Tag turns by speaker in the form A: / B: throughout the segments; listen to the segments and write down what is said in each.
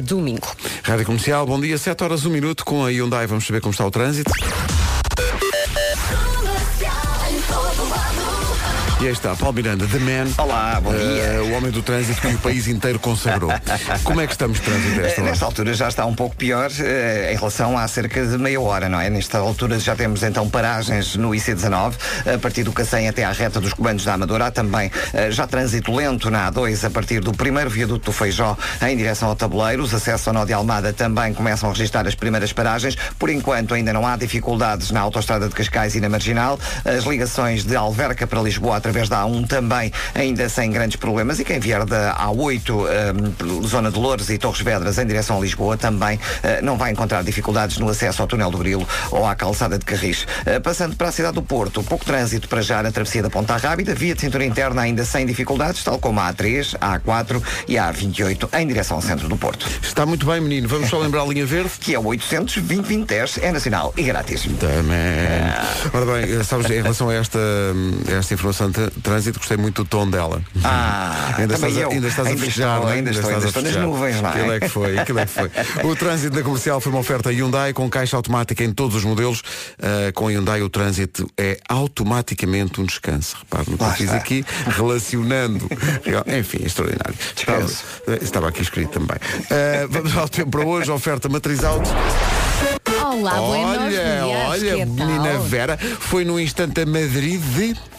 A: domingo.
B: Rádio Comercial, bom dia, 7 horas 1 minuto com a Hyundai, vamos saber como está o trânsito. E aí está, Paulo Miranda, The Man.
C: Olá, bom dia.
B: eh, o homem do trânsito que o país inteiro consagrou. Como é que estamos de trânsito a esta
C: Eh,
B: hora?
C: Nesta altura já está um pouco pior eh, em relação a cerca de meia hora, não é? Nesta altura já temos então paragens no IC19, a partir do Cacém até à reta dos comandos da Amadora. Há também eh, já trânsito lento na A2 a partir do primeiro viaduto do Feijó em direção ao Tabuleiro. Os acessos ao Nó de Almada também começam a registrar as primeiras paragens. Por enquanto ainda não há dificuldades na autoestrada de Cascais e na Marginal. As ligações de Alverca para Lisboa através da A1 também ainda sem grandes problemas. E quem vier da A8, eh, zona de Loures e Torres Vedras, em direção a Lisboa, também eh, não vai encontrar dificuldades no acesso ao túnel do Grilo ou à calçada de Carris. Eh, passando para a cidade do Porto, pouco trânsito para já na travessia da Ponta Rábida, via de cintura interna ainda sem dificuldades, tal como a A3, a A4 e a A28, em direção ao centro do Porto.
B: Está muito bem, menino, vamos só lembrar a linha verde.
C: Que é o 800 é nacional e grátis.
B: The Man. Ora bem, eh, sabes, em relação a esta, hum, esta informação de tr- trânsito, gostei muito do tom dela.
C: Ah,
B: ainda
C: também
B: estás, a,
C: eu.
B: ainda estás a
C: Ainda
B: festejar,
C: estou,
B: não é?
C: ainda estou,
B: estás
C: ainda
B: a
C: estou nas
B: festejar.
C: nuvens, não é?
B: Aquilo é que foi, aquilo é que foi. O trânsito da comercial foi uma oferta Hyundai com caixa automática em todos os modelos. Ah, com a Hyundai o trânsito é automaticamente um descanso. Repare no que eu
C: Lá
B: fiz
C: está.
B: aqui, relacionando. Enfim, extraordinário. Estava,
C: Descanso.
B: estava aqui escrito também. Ah, vamos ao tempo para hoje, oferta matriz auto.
A: Olá, buenos
B: Olha,
A: dias.
B: olha,
A: que
B: menina
A: tal?
B: Vera, foi no instante a Madrid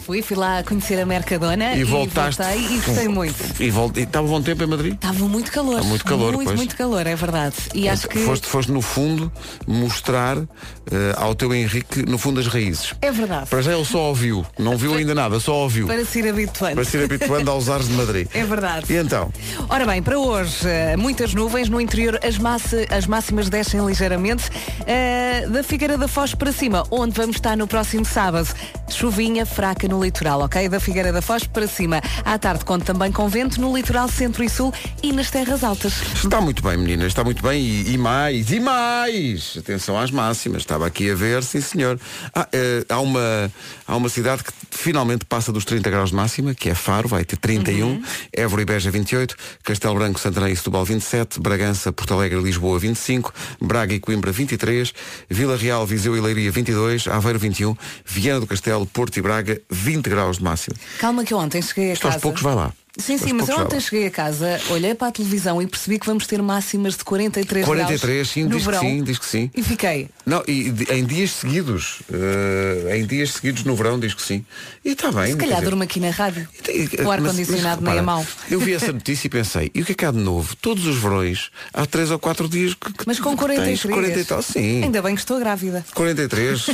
A: Fui, fui lá conhecer a Mercadona
B: e, voltaste.
A: voltei e gostei muito.
B: E vol- e estava um bom tempo em Madrid?
A: Estava muito calor.
B: Está Tá muito calor,
A: Muito,
B: pois. Então,
A: muito calor, é verdade. E acho que
B: foste, foste, no fundo, mostrar eh, ao teu Henrique, no fundo, as raízes.
A: é verdade.
B: Para já ele só ouviu, não viu ainda nada, só ouviu.
A: Para se ir habituando.
B: Para se ir habituando aos ares de Madrid.
A: É verdade.
B: E então?
A: Ora bem, para hoje, eh, muitas nuvens. No interior, as, massa- as máximas descem ligeiramente. eh, da Figueira da Foz para cima, onde vamos estar no próximo sábado. Chuvinha fraca no litoral, ok? Da Figueira da Foz para cima. À tarde, conto também com vento no litoral centro e sul e nas terras altas.
B: Está muito bem, meninas, está muito bem. E, e mais, e mais! Atenção às máximas. Estava aqui a ver, sim senhor. Ah, eh, há, uma, há uma cidade que finalmente passa dos 30 graus de máxima, que é Faro, vai ter 31,
A: Uhum.
B: Évora e Beja 28, Castelo Branco, Santarém e Setúbal 27, Bragança, Porto Alegre e Lisboa 25, Braga e Coimbra 23, Vila Real, Viseu e Leiria 22, Aveiro 21, Viana do Castelo, Porto e Braga 20 graus de máxima.
A: Calma que eu ontem cheguei a
B: Isto aos
A: casa.
B: poucos vai lá.
A: Sim,
B: Isto
A: sim,
B: aos
A: mas eu
B: poucos vai
A: ontem
B: lá.
A: cheguei a casa, olhei para a televisão e percebi que vamos ter máximas de 43,
B: 43,
A: graus
B: sim,
A: no
B: diz que
A: verão.
B: sim, diz que sim.
A: E fiquei.
B: Não, e de- em dias seguidos, eh, em dias seguidos no verão, diz que sim. E está bem.
A: Se
B: quer
A: calhar
B: dizer,
A: durmo aqui na rádio.
B: e tem-
A: O
B: mas-
A: ar-condicionado
B: mas
A: nem é
B: repara,
A: mau.
B: Eu vi essa notícia e pensei, e o que é que há de novo? Todos os verões, há três ou quatro dias que, que
A: Mas com
B: que
A: 43.
B: tens 40 e tal, sim.
A: Ainda bem que estou grávida.
B: 43.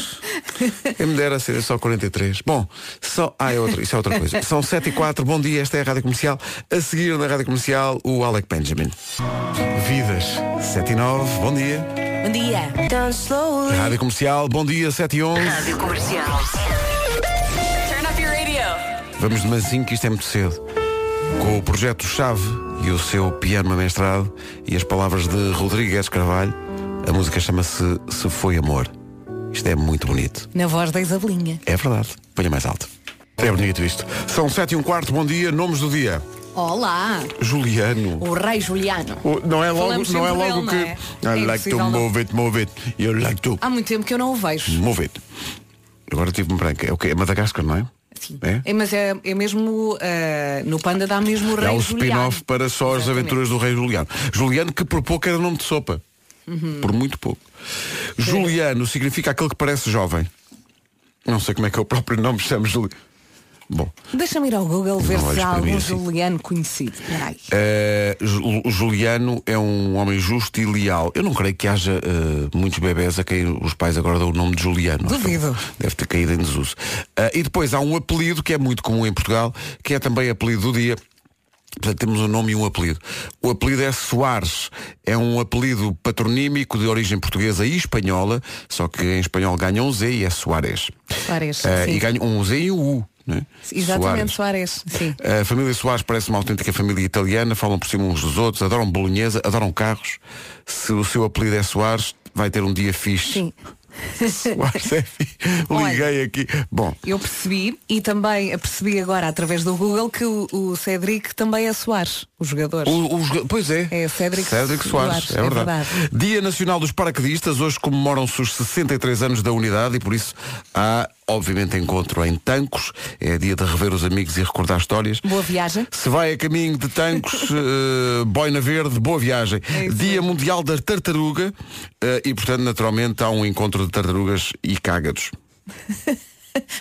B: Eu me dera ser só 43. Bom, só. Ah, é outra, isso é outra coisa. São 7 e 4, bom dia, esta é a Rádio Comercial. A seguir na Rádio Comercial, o Alec Benjamin. Vidas, 7 e 9, bom dia.
A: Bom dia.
B: Rádio Comercial, bom dia, 7 e 11.
D: Rádio Comercial. Turn up your radio.
B: Vamos de mansinho, que isto é muito cedo. Com o projeto Chave e o seu piano amestrado e as palavras de Rodrigues Carvalho, a música chama-se Se Foi Amor. Isto é muito bonito.
A: Na voz da Isabelinha.
B: É verdade. Ponha mais alto. É bonito isto. São sete e um quarto, bom dia, nomes do dia.
A: Olá,
B: Juliano.
A: o rei Juliano.
B: O- Não é logo,
A: Falamos
B: não é
A: sempre
B: logo que.
A: dele, não é?
B: I
A: É
B: like to
A: impossível não-
B: move it, move it. You like to
A: Há muito tempo que eu não o vejo.
B: move it. Agora tive-me branca. É o quê? É Madagascar, não é?
A: Sim.
B: É?
A: É, mas é, é mesmo. eh, no Panda dá mesmo o rei
B: Há um
A: Juliano.
B: spin-off para só as
A: Exatamente.
B: aventuras do rei Juliano. Juliano que por pouco era nome de sopa.
A: Uhum.
B: Por muito pouco. Juliano significa aquele que parece jovem. Não sei como é que é o próprio nome chama Juliano. Bom,
A: Deixa-me ir ao Google ver
B: olhes
A: se há
B: para mim
A: algum
B: assim.
A: Juliano conhecido. Espera aí.
B: eh, Ju- Juliano é um homem justo e leal. Eu não creio que haja eh, muitos bebés a quem os pais agora dão o nome de Juliano.
A: Duvido.
B: Deve ter caído em desuso. Ah, e depois há um apelido que é muito comum em Portugal, que é também apelido do dia. Portanto, temos um nome e um apelido. O apelido é Soares. É um apelido patronímico de origem portuguesa e espanhola, só que em espanhol ganha um Z e é Soares.
A: Soares,
B: Ah,
A: sim.
B: e ganha um Z e um U. Né?
A: Exatamente,
B: Soares.
A: Soares. Sim.
B: A família Soares parece uma autêntica família italiana, falam por cima uns dos outros, adoram bolonhesa, adoram carros. Se o seu apelido é Soares, vai ter um dia
A: Sim.
B: fixe. Soares é fixe.
A: Olha.
B: Liguei aqui. Bom,
A: Eu percebi e também percebi agora através do Google que o, o Cedric também é Soares. os jogadores.
B: O- o joga- pois é.
A: É, Cédric
B: Soares,
A: Soares,
B: é,
A: é
B: verdade.
A: verdade.
B: Dia Nacional dos Paraquedistas, hoje comemoram-se os 63 anos da unidade e por isso há, obviamente, encontro em Tancos. É dia de rever os amigos e recordar histórias.
A: Boa viagem.
B: Se vai a caminho de Tancos, eh, Boina Verde, boa viagem.
A: É isso
B: Dia Mundial da Tartaruga eh, e, portanto, naturalmente há um encontro de tartarugas e cágados.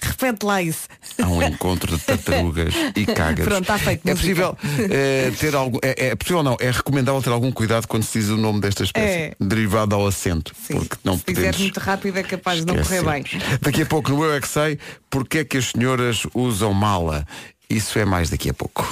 A: Repete lá isso.
B: Há um encontro de tartarugas e cágados.
A: Pronto, está feito,
B: É
A: música.
B: possível eh, ter algum. É, é possível não, é recomendável ter algum cuidado quando se diz o nome desta espécie.
A: É.
B: Derivado ao acento.
A: Sim.
B: Porque não
A: Se fizer
B: podemos.
A: muito rápido é capaz de não correr bem.
B: esquecer. Daqui a pouco no Eu é que sei, porque é que as senhoras usam mala? Isso é mais daqui a pouco.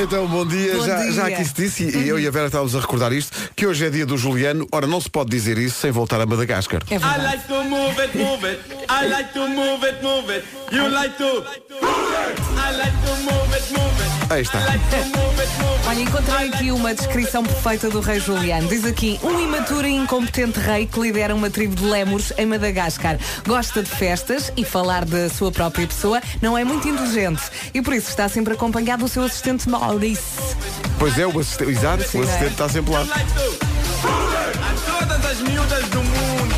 B: Então, bom dia.
A: Bom
B: já,
A: dia.
B: já aqui se disse, e eu e a Vera estávamos a recordar isto, que hoje é dia do Juliano. Ora, não se pode dizer isso sem voltar a Madagascar.
A: É
E: I
A: verdade.
E: like to move it, move it. I like to move it, move it. You like to move it. I like to move it, move it.
B: Aí está.
E: I like to move it, move it.
A: Olha, encontrei aqui uma descrição perfeita do rei Juliano. Diz aqui, um imaturo e incompetente rei que lidera uma tribo de lémures em Madagascar. Gosta de festas e falar da sua própria pessoa não é muito inteligente. E por isso está sempre acompanhado do seu assistente Maurice.
B: Pois é, o assistente, exato,
A: Sim,
B: o
A: não é?
B: assistente está sempre lá.
E: I like to move it. A todas as miúdas do mundo.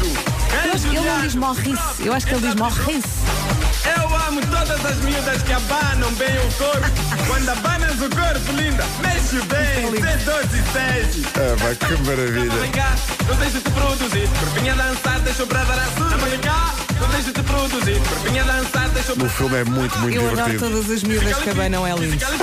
A: Eu
E: Ei,
A: acho que ele não
E: Juliano,
A: diz Maurice, eu acho que ele diz Maurice.
E: Eu amo todas as miúdas que abanam bem o corpo. Quando abanas o corpo, linda, mexe bem,
A: é lindo.
E: cê doce e sexy.
B: Ah, vai, que
E: Não vem
B: maravilha.
E: cá, não deixo te produzir. Por vinha dançar, deixa o brother assim. Não vem cá, não deixo te produzir. Por vinha dançar, deixa o
B: O filme é muito, muito
A: Eu adoro
B: divertido.
A: todas as miúdas que bem não é lindo.
E: Physically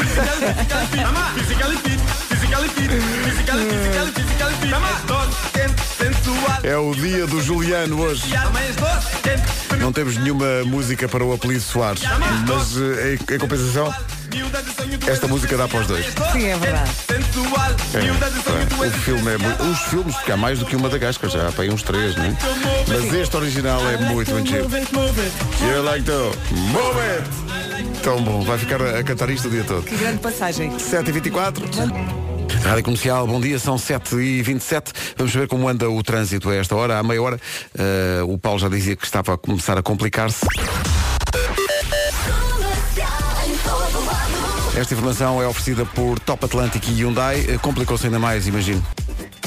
E: fit, physically fit, Mamá, physically fit, physically fit, physically, physically, physically fit. Mamá, és doce, quente, sensual.
B: É o dia do Juliano hoje.
E: Mamá, és doce, quente,
B: É. Não temos nenhuma música para o apelido Soares, mas eh, em, em compensação,
E: miúda de sonho, tu
B: Esta
E: és
B: música dá para os dois.
E: especial.
A: Sim, é verdade.
E: Sensual, miúda de sonho, tu
B: é, o
E: és
B: filme é muito.
E: especial.
B: Os filmes, porque há mais do que uma da Gasca, já há para aí uns três, né? Mas este original é muito, muito giro.
E: Move it, move it.
B: You like to move it! Tão bom, vai ficar a, a cantar isto o dia todo.
A: Que grande passagem.
B: 7h24. Rádio Comercial, bom dia, são 7h27. Vamos ver como anda o trânsito a esta hora. À meia hora, eh, o Paulo já dizia que estava a começar a complicar-se. Esta informação é oferecida por Top Atlântico e Hyundai. Eh, Complicou-se ainda mais, imagino.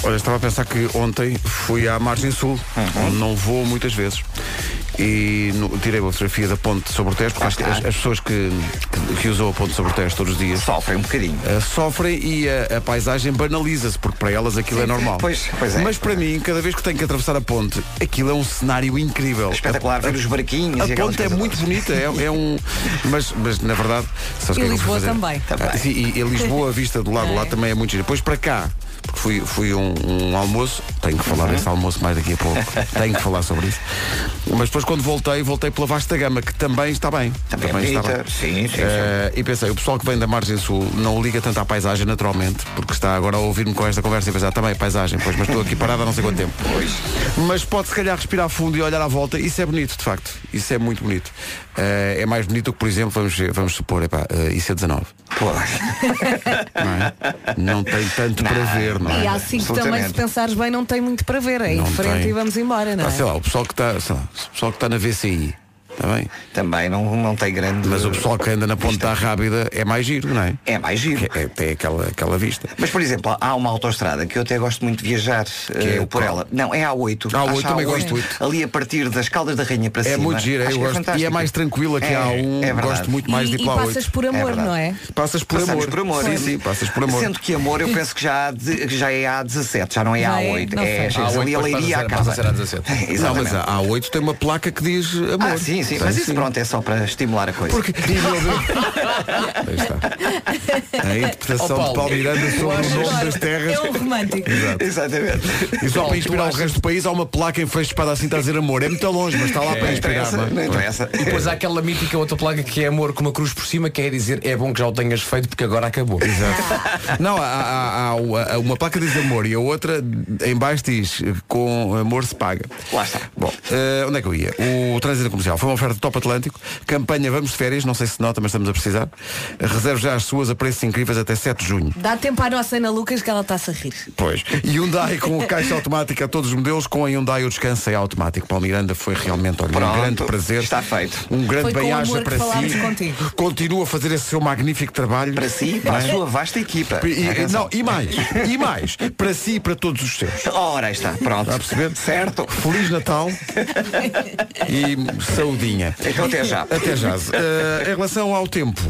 B: Olha, estava a pensar que ontem fui à margem sul, onde não vou muitas vezes. E no- tirei uma fotografia da ponte sobre o Tejo, porque acho que as, as pessoas que, que, que usam a ponte sobre o Tejo todos os dias
C: Sofrem um bocadinho.
B: Uh, sofrem e a, a paisagem banaliza-se, porque para elas aquilo é normal.
C: Pois, pois é.
B: Mas para mim, cada vez que tenho que atravessar a ponte, aquilo é um cenário incrível.
C: Espetacular ver os barquinhos
B: A
C: e aquelas
B: ponte é
C: coisas
B: muito
C: todas.
B: bonita, é, é um. Mas, mas na verdade, sabes
A: E
B: o que é que eu fui
A: Lisboa
B: fazer?
A: também.
C: Também.
B: Ah, sim, e, e Lisboa, a vista do lado lá também é muito gira. Depois para cá, porque fui, fui um, um almoço, tenho que
A: Uhum.
B: falar desse almoço mais daqui a pouco, tenho que falar sobre isso. Mas depois quando voltei, voltei pela vasta gama, que também está bem.
C: Também é bonita. Sim, sim, sim.
B: Eh, e pensei, o pessoal que vem da margem sul não liga tanto à paisagem naturalmente, porque está agora a ouvir-me com esta conversa e pensar, também é paisagem, pois, mas estou aqui parado há não sei quanto tempo. Mas pode se calhar respirar fundo e olhar à volta, isso é bonito, de facto. Isso é muito bonito. Eh, é mais bonito do que, por exemplo, vamos, vamos supor, epá, eh, isso é 19.
C: Pois.
B: Não, é? não tem tanto para ver, não é?
A: E há cinco também, se
C: Absolutamente.
A: pensares bem, não tem muito para ver. É em
B: Não
A: frente
B: tem.
A: e vamos embora, não
B: Ah,
A: é?
B: sei lá, o pessoal que está, sei lá, o pessoal que está na VCI, está tá bem?
C: Também não, não tem grande.
B: Mas o pessoal que anda na ponta da rábida Eh, é mais giro, não é?
C: É mais giro.
B: É- é- tem aquela, aquela vista.
C: Mas, por exemplo, há uma autoestrada que eu até gosto muito de viajar eh,
B: é o
C: por
B: qual?
C: ela. Não, é a A8.
B: A8,
C: Acho
B: também
C: A8,
B: gosto muito.
C: Ali a partir das Caldas da Rainha para
B: É
C: cima.
B: muito giro,
C: Acho
B: eu
C: que
B: gosto. e é
C: fantástica.
B: mais tranquila que
C: É,
B: há um.
C: é verdade.
B: gosto muito mais
A: e,
B: de
A: e
B: ir para a
A: passas
B: 8.
A: por amor,
C: verdade.
A: não é?
B: Passas por
C: Passamos
B: amor.
C: por amor.
B: Sim, sim, passas por amor.
C: Sendo que amor, eu penso que já, há de- que já é a 17, já não é a
A: Já é?
C: A8.
A: Não sei.
C: É, chegas ali a leiria à casa. É,
B: Não, mas
C: Exatamente.
B: a A8 tem uma placa que diz amor.
C: Ah, sim, sim, mas isso pronto é só para estimular a coisa.
B: Porque. Ih, meu Deus. Aí está. A interpretação de Paulo Miranda sobre o nome das terras.
A: É um romântico.
C: Exatamente.
B: E só para inspirar o resto do país há uma placa em frente de espada assim está a dizer amor. É muito longe, mas está lá para
C: Não
B: inspirar.
C: interessa,
B: não é?
C: não interessa.
F: Depois há aquela mítica outra placa que é amor com uma cruz por cima, que é dizer é bom que já o tenhas feito porque agora acabou.
B: Exato. Não, há, há- há uma- uma placa diz amor e a outra em baixo diz com amor se paga.
C: Lá está.
B: Bom, eh, onde é que eu ia? O trânsito comercial foi uma oferta top Atlântico. Campanha Vamos de Férias, não sei se nota, mas estamos a precisar. Reserve já as suas a preços incríveis até 7 de junho.
A: Dá tempo à nossa Ana Lucas que ela está-se a rir.
B: Pois. Hyundai com caixa automática a todos os modelos, com a Hyundai o descanso é automático. Paulo Miranda foi realmente olha, um
C: Pronto,
B: grande prazer.
C: está feito.
B: Um grande
A: Foi com
B: bem-aja
A: amor que
B: para si.
A: falámos contigo.
B: Continua a fazer esse seu magnífico trabalho.
C: Para si e para a sua vasta equipa.
B: é? E- e-
C: Atenção.
B: não, e mais, e mais, para si e para todos os seus.
C: Ora, aí está, pronto.
B: Está a perceber?
C: Certo.
B: Feliz Natal e saudinha.
C: Então até já.
B: Até já. Eh, em relação ao tempo,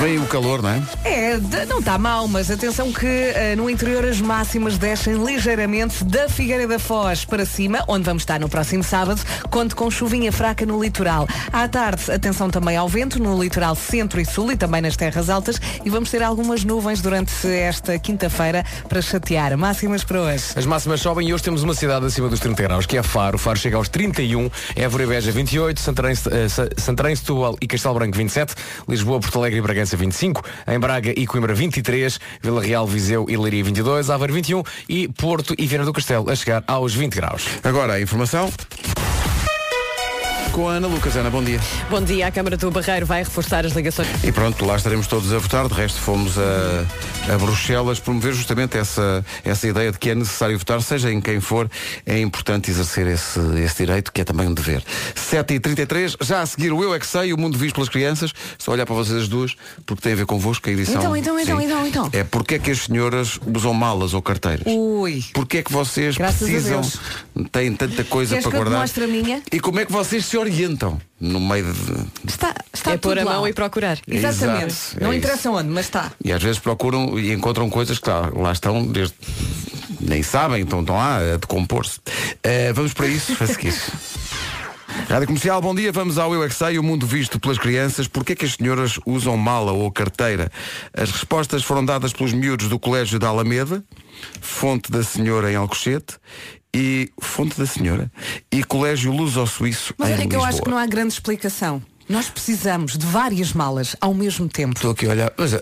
B: vem o calor, não é?
A: É, de- não está mal, mas atenção que eh, no interior as máximas descem ligeiramente da Figueira da Foz para cima, onde vamos estar no próximo sábado, conto com chuvinha fraca no litoral. À tarde, atenção também ao vento no litoral centro e sul e também nas terras altas e vamos ter algumas nuvens durante esta quinta-feira para chatear. Máximas para hoje.
F: As máximas sobem e hoje temos uma cidade acima dos 30 graus, que é Faro. Faro chega aos 31, Évora e Beja 28, Santarém, eh, Sa- Santarém, Setúbal e Castelo Branco 27, Lisboa, Porto Alegre e Bragança 25, em Braga e Coimbra 23, Vila Real, Viseu e Leiria 22, Aveiro 21 e Porto e Viana do Castelo a chegar aos 20 graus.
B: Agora a informação. Com a Ana Lucas. Ana, bom dia.
G: Bom dia, a Câmara do Barreiro vai reforçar as ligações.
B: E pronto, lá estaremos todos a votar. De resto, fomos a, a Bruxelas promover justamente essa, essa ideia de que é necessário votar, seja em quem for, é importante exercer esse, esse direito, que é também um dever. 7h33, já a seguir o Eu É Que Sei, o mundo visto pelas crianças. Só olhar para vocês as duas, porque tem a ver convosco a edição.
G: Então, então, então, então, então.
B: É porque é que as senhoras usam malas ou carteiras?
A: Ui.
B: Porque é que vocês
A: Graças a
B: precisam,
A: Deus.
B: têm tanta coisa
A: Queres
B: para
A: que eu te
B: guardar?
A: mostre a minha?
B: E como é que vocês se orientam no meio de,
A: Está, está
G: É pôr
A: tudo
G: a
A: lá.
G: mão e procurar.
B: Exato,
A: Exatamente.
B: é
A: não
B: isso.
A: interessa onde, mas está.
B: E às vezes procuram e encontram coisas que lá, lá estão desde. Nem sabem, então estão lá a decompor-se. Eh, vamos para isso, a seguir. Rádio Comercial, bom dia, vamos ao Eu é Que Sei, o mundo visto pelas crianças. Porquê que as senhoras usam mala ou carteira? As respostas foram dadas pelos miúdos do Colégio da Alameda, fonte da senhora em Alcochete, e fonte da senhora, e Colégio Luso-Suíço
A: Mas
B: em
A: olha que eu
B: Lisboa.
A: acho que não há grande explicação. Nós precisamos de várias malas ao mesmo tempo.
B: Estou aqui a olhar, mas ah,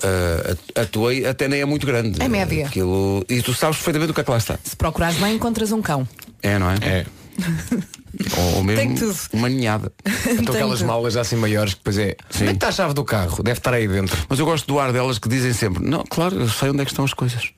B: a, a tua até nem é muito grande.
A: É média.
B: Aquilo, e tu sabes perfeitamente o que é que lá está.
A: Se procurares bem, encontras um cão.
B: É, não é?
F: É.
B: Ou, ou
A: Tem
B: mesmo
A: tudo.
B: uma ninhada.
F: Então
A: Tem
F: aquelas
A: tudo.
F: malas assim maiores que depois é. Onde é que está a chave do carro? Deve estar aí dentro.
B: Mas eu gosto do ar delas que dizem sempre, não, claro, eu sei onde é que estão as coisas.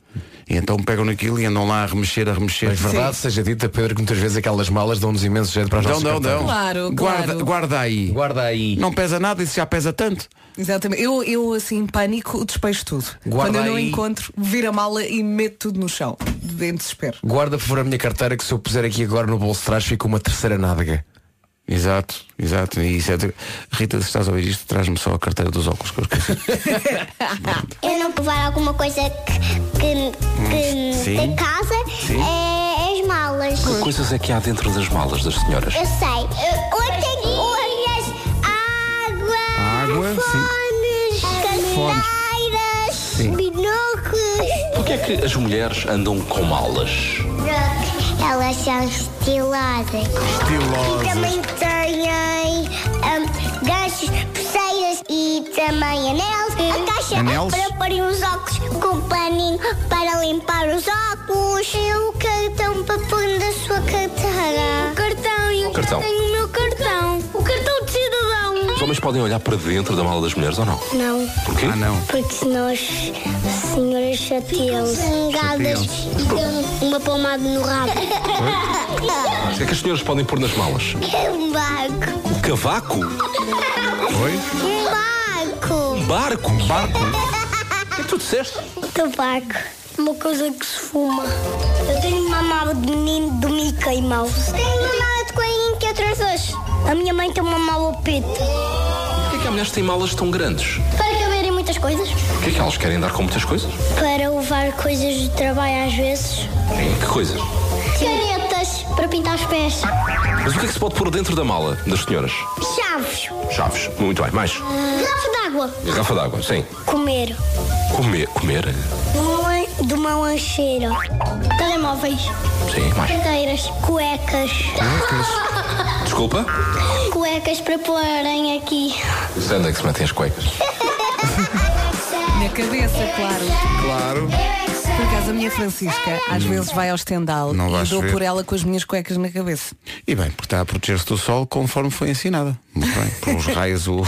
B: E então pegam naquilo e andam lá a remexer, a remexer.
F: Mas É verdade seja dita, Pedro, que muitas vezes aquelas malas dão-nos imenso jeito para as
B: Não,
F: nossas
B: não, não.
F: carteiras.
A: Claro,
B: guarda,
A: claro.
B: guarda aí.
F: Guarda aí.
B: Não pesa nada, isso já pesa tanto.
A: Exatamente. Eu, eu assim, em pânico, despejo tudo.
F: Guarda
A: Quando eu não
F: aí.
A: encontro, viro a mala e meto tudo no chão. Em desespero.
F: Guarda por favor a minha carteira que se eu puser aqui agora no bolso de trás fica uma terceira nádega.
B: Exato, exato. E isso é de- Rita, se estás a ouvir isto, traz-me só a carteira dos óculos que eu esqueci.
H: Eu não provar alguma coisa que, que, que
B: Hum. Sim.
H: da casa é as malas.
I: coisas é que há dentro das malas das senhoras?
H: Eu sei. Ontem olhas, água,
B: Água, sim.
H: fones, cadeiras, binóculos.
I: Porquê é que as mulheres andam com malas?
H: Elas são estilosas.
B: Estilosas.
H: E também têm hum, ganchos, pulseiras e também anéis. A caixa
B: Anéis?
H: para pôr os óculos com um paninho para limpar os óculos. E o cartão para pôr na sua carteira. O cartão e o
I: Cartão.
H: o meu cartão. O cartão de cidadão.
I: Os homens podem olhar para dentro da mala das mulheres ou não?
H: Não.
I: Porquê?
B: Ah, não.
H: Porque senão as senhoras chateiam-se. Zangadas e dão uma palmada no rabo.
I: O que é que as senhoras podem pôr nas malas?
H: É um barco.
I: O cavaco?
B: Oi?
H: Um barco.
I: Barco? Barco? O que é que tu disseste?
H: Tabaco. Uma coisa que se fuma. Eu tenho uma mala de menino do Mickey Mouse. Tenho uma mala de coelhinho que eu trouxe hoje. A minha mãe tem uma mala pet.
I: Porquê é que há mulheres que têm malas tão grandes?
H: Para caberem muitas coisas.
I: Porquê é que elas querem andar com muitas coisas?
H: Para levar coisas de trabalho às vezes.
I: Que coisas?
H: Canetas para pintar os pés.
I: Mas o que é que se pode pôr dentro da mala das senhoras?
H: Chaves.
I: Chaves. Muito bem. Mais?
H: Garrafa d'água.
I: Garrafa d'água, sim.
H: Comer.
I: Comer. Comer?
H: De uma lan- De uma lancheira. Telemóveis.
I: Sim, mais.
H: Carteiras. Cuecas.
I: Desculpa?
H: Cuecas para porem aqui.
I: Onde é que se metem as cuecas?
A: Na cabeça, claro.
B: Claro.
A: Por acaso a minha minha Francisca às vezes vai ao estendal
B: Não
A: e
B: vais
A: dou
B: ver.
A: por ela com as minhas cuecas na cabeça.
B: E bem, porque está a proteger-se do sol conforme foi ensinada. Muito bem, pelos raios u-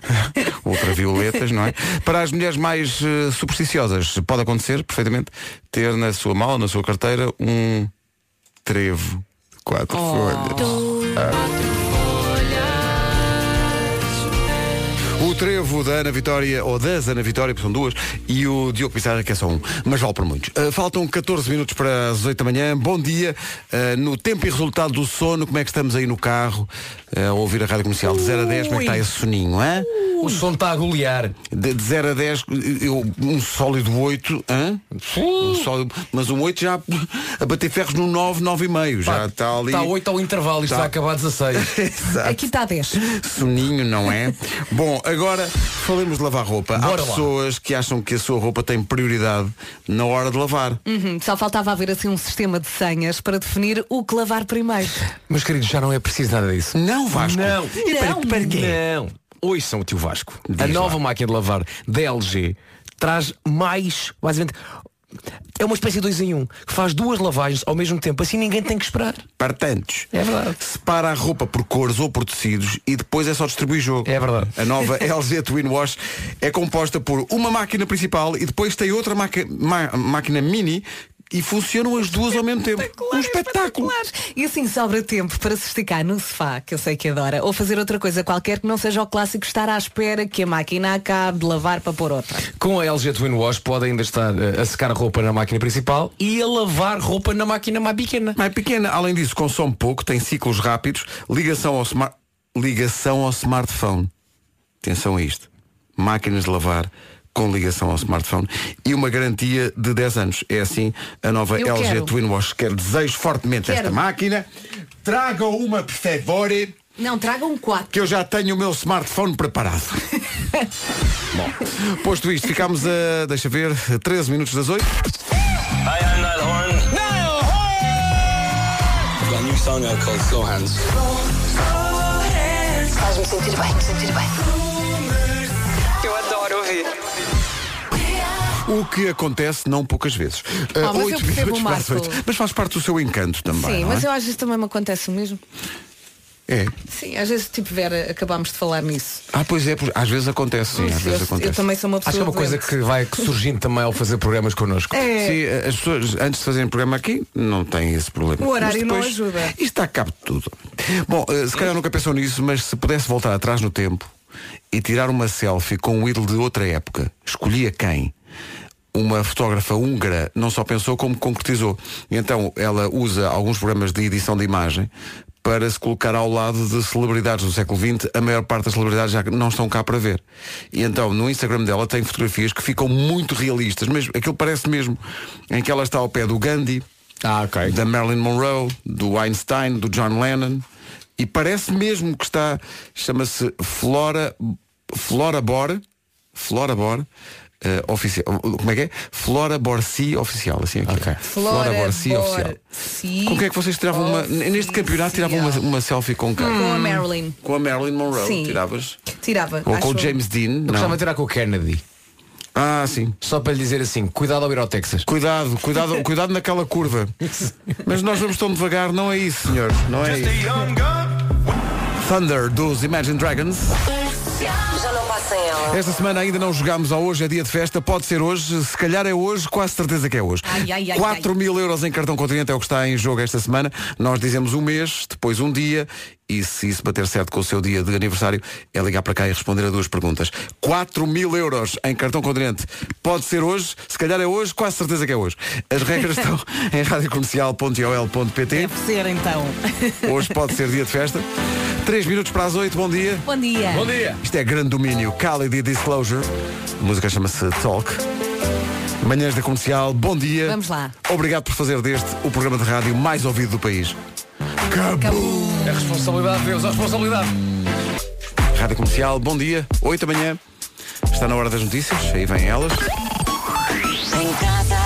B: ultravioletas, não é? Para as mulheres mais eh, supersticiosas, pode acontecer perfeitamente ter na sua mala, na sua carteira, um trevo de quatro folhas. Ah. O trevo da Ana Vitória, ou das Ana Vitória, porque são duas, e o Diogo Pissarra, que é só um, mas vale para muitos. Ah, faltam 14 minutos para as 8 da manhã. Bom dia. Ah, no tempo e resultado do sono, como é que estamos aí no carro, ah, a ouvir a rádio comercial? De 0 a 10, como é que está esse soninho, hã?
F: O som está a golear.
B: De, de 0 a 10, eu, um sólido 8, hã? Um sólido, mas um 8 já a bater ferros no 9, 9,5. Já está ali.
F: Está 8 ao intervalo, isto
B: Tá.
F: está a acabar 16.
B: Exato.
A: Aqui está a 10.
B: Soninho, não é? Bom, agora falemos de lavar roupa.
F: Bora
B: Há
F: lá.
B: pessoas que acham que a sua roupa tem prioridade na hora de lavar.
F: Hum.
A: Uhum, só faltava haver assim um sistema de senhas para definir o que lavar primeiro.
F: Meus queridos, já não é preciso nada disso.
B: Não, Vasco.
F: Não.
A: E para- Não. para quê?
F: Não. Ouçam o tio Vasco.
B: Diz
F: a
B: lá.
F: nova máquina de lavar da LG traz mais, basicamente, é uma espécie de dois em um, que faz duas lavagens ao mesmo tempo, assim ninguém tem que esperar.
B: Partantes.
F: É verdade.
B: Separa a roupa por cores ou por tecidos e depois é só distribuir jogo.
F: É verdade.
B: A nova LG Twin Wash é composta por uma máquina principal e depois tem outra maca- ma- máquina mini e funcionam as duas ao mesmo tempo. Um espetáculo.
A: Claro. E assim sobra tempo para se esticar no sofá, que eu sei que adora, ou fazer outra coisa qualquer que não seja o clássico estar à espera que a máquina acabe de lavar para pôr outra.
F: Com a LG Twin Wash pode ainda estar eh, a secar a roupa na máquina principal e a lavar roupa na máquina mais pequena.
B: Mas é pequena. Além disso, consome pouco, tem ciclos rápidos, ligação ao, smar- ligação ao smartphone. Atenção a isto. Máquinas de lavar com ligação ao smartphone e uma garantia de 10 anos. É assim a nova
A: Eu
B: LG
A: quero.
B: Twin Wash. Quero desejo fortemente
A: Quero.
B: esta máquina. Tragam uma, por favor,
A: Não, um tragam quatro.
B: que eu já tenho o meu smartphone preparado. Bom, posto isto, ficámos a, deixa ver, 13 minutos das 8.
D: Faz-me sentir bem, me sentir bem.
E: Eu adoro ouvir.
B: O que acontece não poucas vezes. Ah,
A: mas eu
B: oito
A: percebo
B: minutos
A: o
B: para as
A: Marco.
B: oito. Mas faz parte do seu encanto também.
A: Sim,
B: não
A: mas
B: é?
A: eu às vezes também me acontece o mesmo.
B: É.
A: Sim, às vezes, tipo, Vera, acabámos de falar nisso.
B: Ah, pois é, pois- às vezes acontece, sim, às
A: é, eu,
B: vezes acontece.
A: eu também sou uma pessoa.
F: Acho que é uma coisa
A: doente.
F: que vai surgindo também ao fazer programas connosco.
A: É.
B: Sim, as pessoas antes de fazerem programa aqui não têm esse problema.
A: O horário
B: Mas
A: não
B: depois,
A: ajuda. É.
B: Isto está a cabo de tudo. Bom, eh, se calhar nunca pensou nisso, mas se pudesse voltar atrás no tempo e tirar uma selfie com um ídolo de outra época, escolhia quem? Uma fotógrafa húngara não só pensou como concretizou. E Então ela usa alguns programas de edição de imagem para se colocar ao lado de celebridades do século XX, a maior parte das celebridades já não estão cá para ver. E então no Instagram dela tem fotografias que ficam muito realistas, mesmo aquilo parece mesmo em que ela está ao pé do Gandhi,
F: Ah, ok.
B: da Marilyn Monroe, do Einstein, do John Lennon. E parece mesmo que está, chama-se Flora Flora Bor, Flora Bor eh, oficial. Como é que é? Flora Borsi oficial, assim é que é.
F: Ok.
A: Flora
B: Borsi
A: Bor-
B: oficial.
A: Si
B: Com quem é que vocês tiravam uma.
A: oficial.
B: Neste campeonato tiravam uma, uma selfie com quem?
A: Com a Marilyn.
B: Com a Marilyn Monroe,
A: Sim.
B: tiravas?
A: Tirava.
B: Ou
A: acho
B: com o
A: eu.
B: James Dean?
F: Eu gostava
B: Não.
F: de tirar com o Kennedy.
B: Ah, sim.
F: Só para lhe dizer assim, cuidado ao ir ao Texas.
B: Cuidado, cuidado, cuidado naquela curva. Mas nós vamos tão devagar, não é isso, senhores. Não é isso. Thunder dos Imagine Dragons.
D: Já não passem ela.
B: Esta semana ainda não jogámos ao hoje, é dia de festa, pode ser hoje, se calhar é hoje, quase certeza que é hoje.
A: Ai, ai, ai,
B: 4
A: ai.
B: mil euros em cartão continente é o que está em jogo esta semana. Nós dizemos um mês, depois um dia, e se isso bater certo com o seu dia de aniversário, é ligar para cá e responder a duas perguntas. 4 mil euros em cartão continente pode ser hoje, se calhar é hoje, quase certeza que é hoje. As regras estão em radiocomercial.ol.pt.
A: Deve ser então.
B: Hoje pode ser dia de festa. 3 minutos para as 8, bom dia.
A: Bom dia.
F: Bom dia!
B: Isto é grande domínio. Khalid e Disclosure. A música chama-se Talk. Manhãs da Comercial, bom dia.
A: Vamos lá.
B: Obrigado por fazer deste o programa de rádio mais ouvido do país. Cabo!
F: A responsabilidade, Deus, a responsabilidade.
B: Rádio Comercial, bom dia. 8 da manhã. Está na hora das notícias. Aí vêm elas.
D: Em casa,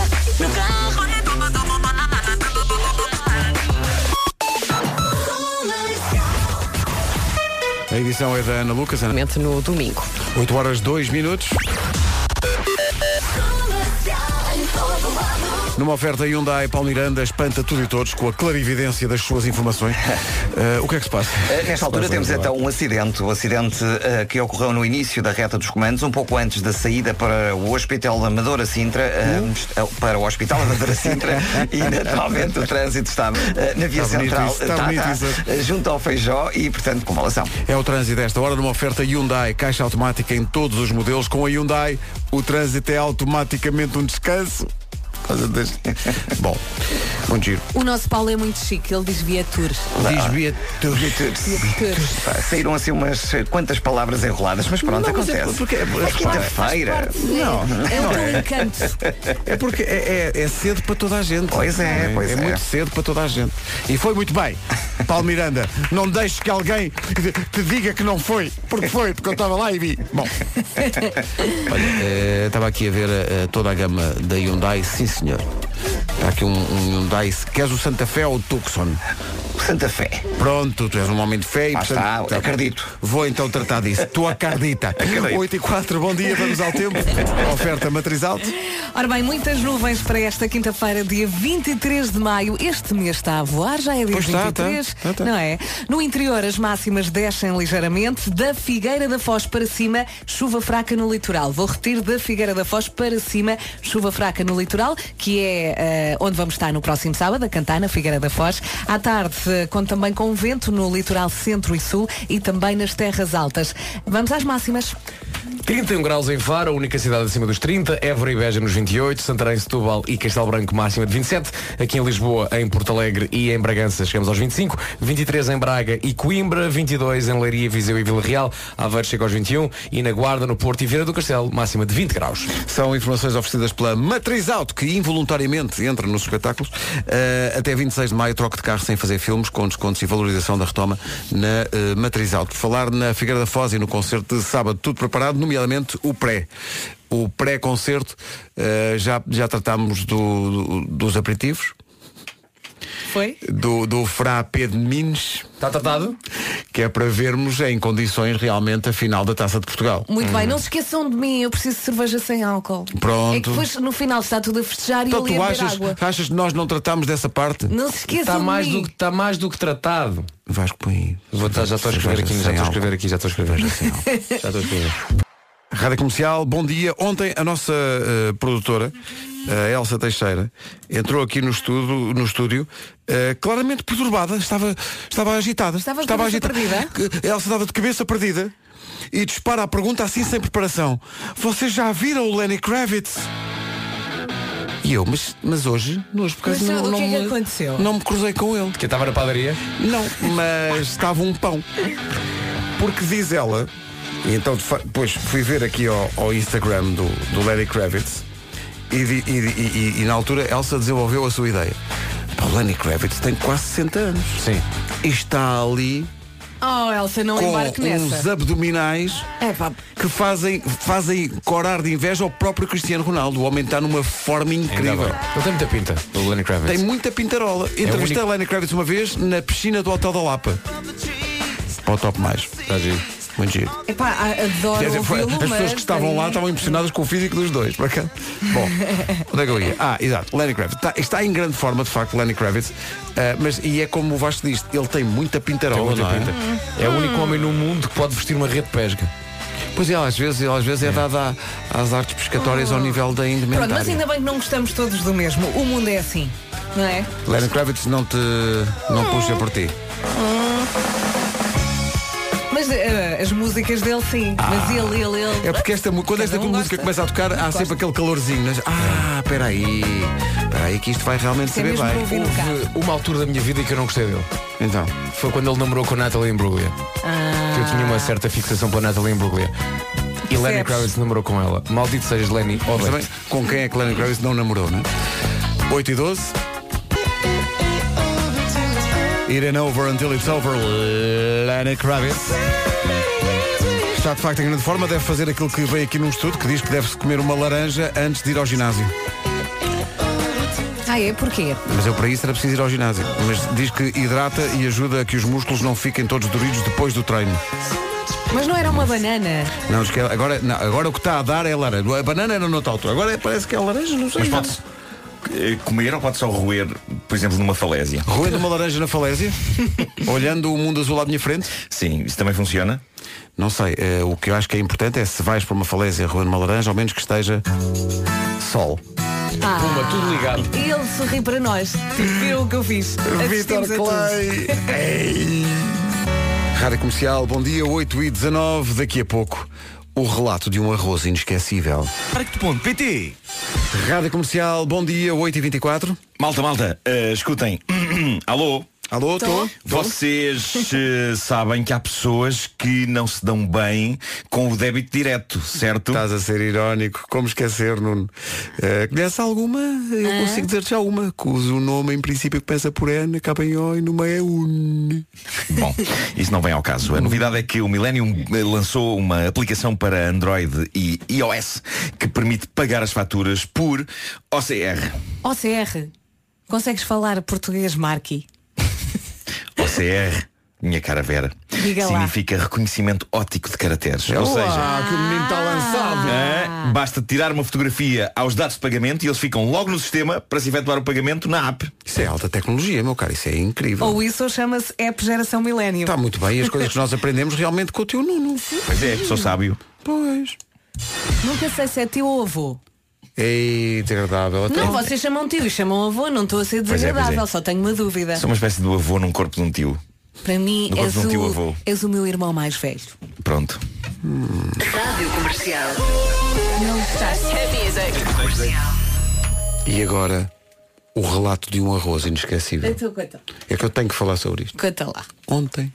D: no carro.
B: A edição é da Ana Lucas. Ana.
G: No domingo.
B: 8 horas 2 minutos. Numa oferta Hyundai, Paulo Miranda espanta tudo e todos com a clarividência das suas informações. Eh, o que é que se passa?
C: Eh, Nesta altura
B: Passa,
C: temos
B: vai.
C: então um acidente, o acidente eh, que ocorreu no início da reta dos comandos, um pouco antes da saída para o Hospital da Amadora Sintra, eh,
B: Hum?
C: est- eh, para o Hospital da Amadora Sintra, e naturalmente o trânsito está eh, na via
B: Está bonito
C: central,
B: isso, está bonito isso.
C: eh, junto ao Feijó e, portanto, com relação.
B: É o trânsito desta hora numa oferta Hyundai, caixa automática em todos os modelos. Com a Hyundai, o trânsito é automaticamente um descanso. Por causa deste- Bom, bom giro.
A: O nosso Paulo é muito chique, ele diz viatur.
B: Diz Bia é
C: Pá, Saíram assim umas eh, quantas palavras enroladas, mas pronto,
B: Não, mas é
C: acontece.
B: porque-
C: é quinta-feira.
A: Não, é o teu encanto.
B: É porque é, é- é cedo para toda a gente.
C: Pois é,
B: Não
C: pois é.
B: muito cedo para toda a gente. E foi muito bem. Paulo Miranda, não deixes que alguém te- te diga que não foi, porque foi, porque eu estava lá e vi. Bom. Olha, eh, estava aqui a ver eh, toda a gama da Hyundai, sim senhor. Está aqui um, um Hyundai. Queres o Santa Fé ou o Tucson?
C: Santa Fé.
B: Pronto, tu és um homem de fé e
C: Lá
B: portanto,
C: está,
B: tá-
C: acredito.
B: Vou então tratar disso. Tu acredita. 8 e 4, bom dia, vamos ao tempo. Oferta matriz alto.
A: Ora bem, muitas nuvens para esta quinta-feira, dia 23 de maio. Este mês está a voar, já é dia
B: Pois está,
A: 23,
B: está, está, está.
A: não é? No interior as máximas descem ligeiramente, da Figueira da Foz para cima, chuva fraca no litoral. Vou repetir, da Figueira da Foz para cima, chuva fraca no litoral, que é eh, onde vamos estar no próximo sábado, a cantar na Figueira da Foz. À tarde, eh, conto também com vento no litoral centro e sul e também nas terras altas. Vamos às máximas.
F: 31 graus em Faro, a única cidade acima dos 30, Évora e Beja nos 28, Santarém, Setúbal e Castelo Branco máxima de 27, aqui em Lisboa, em Porto Alegre e em Bragança chegamos aos 25, 23 em Braga e Coimbra, 22 em Leiria, Viseu e Vila Real, Aveiro chega aos 21 e na Guarda, no Porto e Vieira do Castelo máxima de 20 graus.
B: São informações oferecidas pela Matriz Auto, que involuntariamente entra nos espetáculos. Eh, até 26 de maio, troco de carro sem fazer filmes, com descontos e valorização da retoma na eh, Matriz Auto. Por Falar na Figueira da Foz e no concerto de sábado, tudo preparado, nomeadamente o pré. O pré-concerto, eh, já, já tratámos do- do- dos aperitivos,
A: Foi?
B: do, do frappé de Mines,
F: Está Tá tratado?
B: que é para vermos em condições realmente a final da Taça de Portugal.
A: Muito bem, não se esqueçam de mim, eu preciso de cerveja sem álcool.
B: Uhum. Pronto.
A: É que depois no final está tudo a festejar
B: Então
A: e eu
B: tu
A: a beber
B: achas,
A: água.
B: achas que nós não tratámos dessa parte?
A: Não se esqueçam
F: Está
A: de
F: Tá mais,
A: mim.
F: do, que- está mais do que tratado.
B: Vasco põe. aí.
F: Vou, já estou a escrever aqui, já estou a escrever aqui, já estou a escrever. Já estou a escrever.
B: Rádio Comercial, bom dia. Ontem a nossa eh, produtora, a Elsa Teixeira, entrou aqui no, estudo, no estúdio eh, claramente perturbada, estava, estava agitada.
A: Estavas de cabeça
B: Que- A Elsa estava de cabeça perdida e dispara a pergunta assim sem preparação. Vocês já viram o Lenny Kravitz? E eu, mas, mas hoje, hoje por acaso,
A: Mas,
B: não,
A: o
B: não
A: que é que
B: me-
A: aconteceu?
B: não me cruzei com ele.
F: Que eu estava na padaria?
B: Não, mas estava um pão. Porque diz ela, e então de fa- depois fui ver aqui ao, ao Instagram do, do Lenny Kravitz e, di- e di- e- e- e na altura Elsa desenvolveu a sua ideia. Pá, o Lenny Kravitz tem quase 60 anos.
F: Sim.
B: E está ali
A: Oh, Elsa, não
B: com
A: embarque
B: uns
A: nessa.
B: abdominais
A: É pá,
B: que fazem, fazem corar de inveja ao próprio Cristiano Ronaldo. O homem está numa forma incrível.
F: Ele tem muita pinta, o Lenny Kravitz.
B: Tem muita pintarola. Entrevistei a Lenny Kravitz uma vez na piscina do Hotel da Lapa. Para o top mais.
F: Está giro.
B: Muito giro.
A: é pá, adoro
B: Quer dizer, foi-
A: ouvi-lo,
B: as pessoas
A: mas
B: que estavam lá
A: para mim-
B: estavam impressionadas com o físico dos dois. Para cá. Bom, onde é que eu ia? Ah, exato. Lenny Kravitz. Está, está em grande forma, de facto, Lenny Kravitz. Ah, mas, e é como o Vasco diz, ele tem muita pintarola,
F: Tem
B: não
F: muita
B: é?
F: pinta. É o único homem no mundo que pode vestir uma rede de pesca.
B: Pois é, às vezes, às vezes é, dada à- às artes pescatórias ao nível da indumentária.
A: Oh. Pronto, mas ainda bem que não gostamos todos do mesmo. O mundo é assim, não é?
B: Lenny Kravitz não te não puxa por ti.
A: Mas eh, as músicas dele sim. Mas ele, ele, ele.
B: Ah. É porque esta, mu- quando
A: Cada
B: esta
A: um
B: música
A: gosta.
B: começa a tocar, há
A: Gosta.
B: sempre aquele calorzinho. Mas, ah, peraí, peraí que isto vai realmente
A: é
B: saber
A: mesmo para
B: bem.
A: ouvir no carro.
F: Houve uma altura da minha vida em que eu não gostei dele.
B: Então,
F: Foi quando ele namorou com a Natalie Imbruglia. Que eu tinha uma certa fixação pela Natalie Imbruglia. E Lenny
A: Ah. Percebes?
F: Kravitz namorou com ela. Maldito sejas Lenny,
B: mas também,
F: odeio
B: com quem é que Lenny Kravitz não namorou, não é? 8 e 12. It ain't over until it's over, Lenny Kravitz. Está de facto em grande forma, deve fazer aquilo que veio aqui num estudo que diz que deve-se comer uma laranja antes de ir ao ginásio.
A: Ah, é? Porquê?
B: Mas eu para isso era preciso ir ao ginásio. Mas diz que hidrata e ajuda a que os músculos não fiquem todos doridos depois do treino.
A: Mas não era uma banana.
B: Não, diz que ela- é agora, não, agora o que está a dar é laranja. A banana era noutra altura. Agora é- parece que é laranja, não sei. Mas pode
J: eh, comer ou pode só roer, por exemplo, numa falésia?
B: Roendo uma laranja na falésia, olhando o mundo azul à minha frente.
J: Sim, isso também funciona?
B: Não sei. eh, o que eu acho que é importante é se vais para uma falésia roendo uma laranja, ao menos que esteja sol.
A: Ah.
B: Puma, tudo ligado.
A: Ele sorri para nós. Viram o que eu fiz? Assistimos a tudo.
B: Rádio Comercial, bom dia, 8 e 19 daqui a pouco. O relato de um arroz inesquecível.
J: Arquiteto.pt
B: Rádio Comercial, bom dia, 8 e 24
J: Malta, malta, eh, escutem. Alô?
B: Alô, tô?
J: Vocês eh, sabem que há pessoas que não se dão bem com o débito direto, certo?
B: Estás a ser irónico, como esquecer, Nuno. Eh, conhece alguma? Eu
A: Ah.
B: consigo dizer-te já uma, cujo nome em princípio começa por N, acaba em O e no meio é UN.
J: Bom, isso não vem ao caso. A novidade é que o Millennium eh, lançou uma aplicação para Android e iOS que permite pagar as faturas por OCR.
A: OCR, consegues falar português, Marqui?
J: OCR, minha cara Vera,
A: Diga lá.
J: significa reconhecimento óptico de caracteres. Ou seja,
B: que o menino está lançado.
A: Ah.
J: é, basta tirar uma fotografia aos dados de pagamento e eles ficam logo no sistema para se efetuar o pagamento na app.
B: Isso é alta tecnologia, meu caro, isso é incrível.
A: Ou isso ou chama-se App Geração Milênio.
J: Tá
B: Está muito bem, e as coisas que nós aprendemos realmente com o teu Nuno.
J: Pois é, sou sábio.
B: Pois.
A: Nunca sei se é teu ou avô.
B: É desagradável.
A: Não, vocês chamam tio e chamam avô, não estou a ser
J: Pois é, pois
A: desagradável,
J: é.
A: só tenho uma dúvida.
J: Sou uma espécie de avô num corpo de um tio.
A: Para mim
J: Não
A: és
J: gosto de um tio
A: o,
J: avô.
A: és o meu irmão mais velho.
J: Pronto.
D: Rádio Comercial.
A: Não estás.
D: Hit music.
B: E agora, o relato de um arroz inesquecível.
A: Então, conta.
B: É que eu tenho que falar sobre isto.
A: Conta lá.
B: Ontem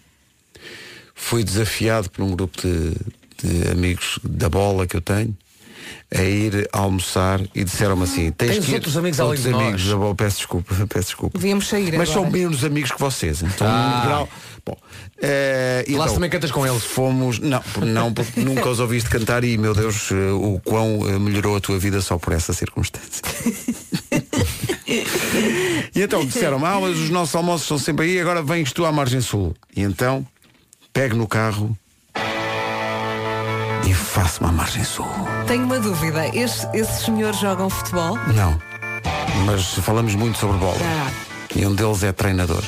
B: fui desafiado por um grupo de, de amigos da bola que eu tenho a ir almoçar e disseram-me assim, tens,
F: Tens
B: que ir-
F: outros amigos além
B: outros
F: de nós?"
B: amigos da bola, peço desculpa, peço desculpa.
A: Devíamos sair
B: Mas são
A: agora.
B: menos amigos que vocês. Então,
F: Ah.
B: um grau. Bom, eh,
F: Lá também cantas com eles.
B: Fomos. Não, por- não porque nunca os ouviste cantar e, meu Deus, eh, o quão eh, melhorou a tua vida só por essa circunstância. e então disseram-me, ah, mas os nossos almoços são sempre aí, agora vens tu à margem sul. E então, pego no carro e faço-me à margem sul.
A: Tenho uma dúvida. Este- esses senhores jogam futebol?
B: Não. Mas falamos muito sobre bola.
A: Ah.
B: E um deles é treinador.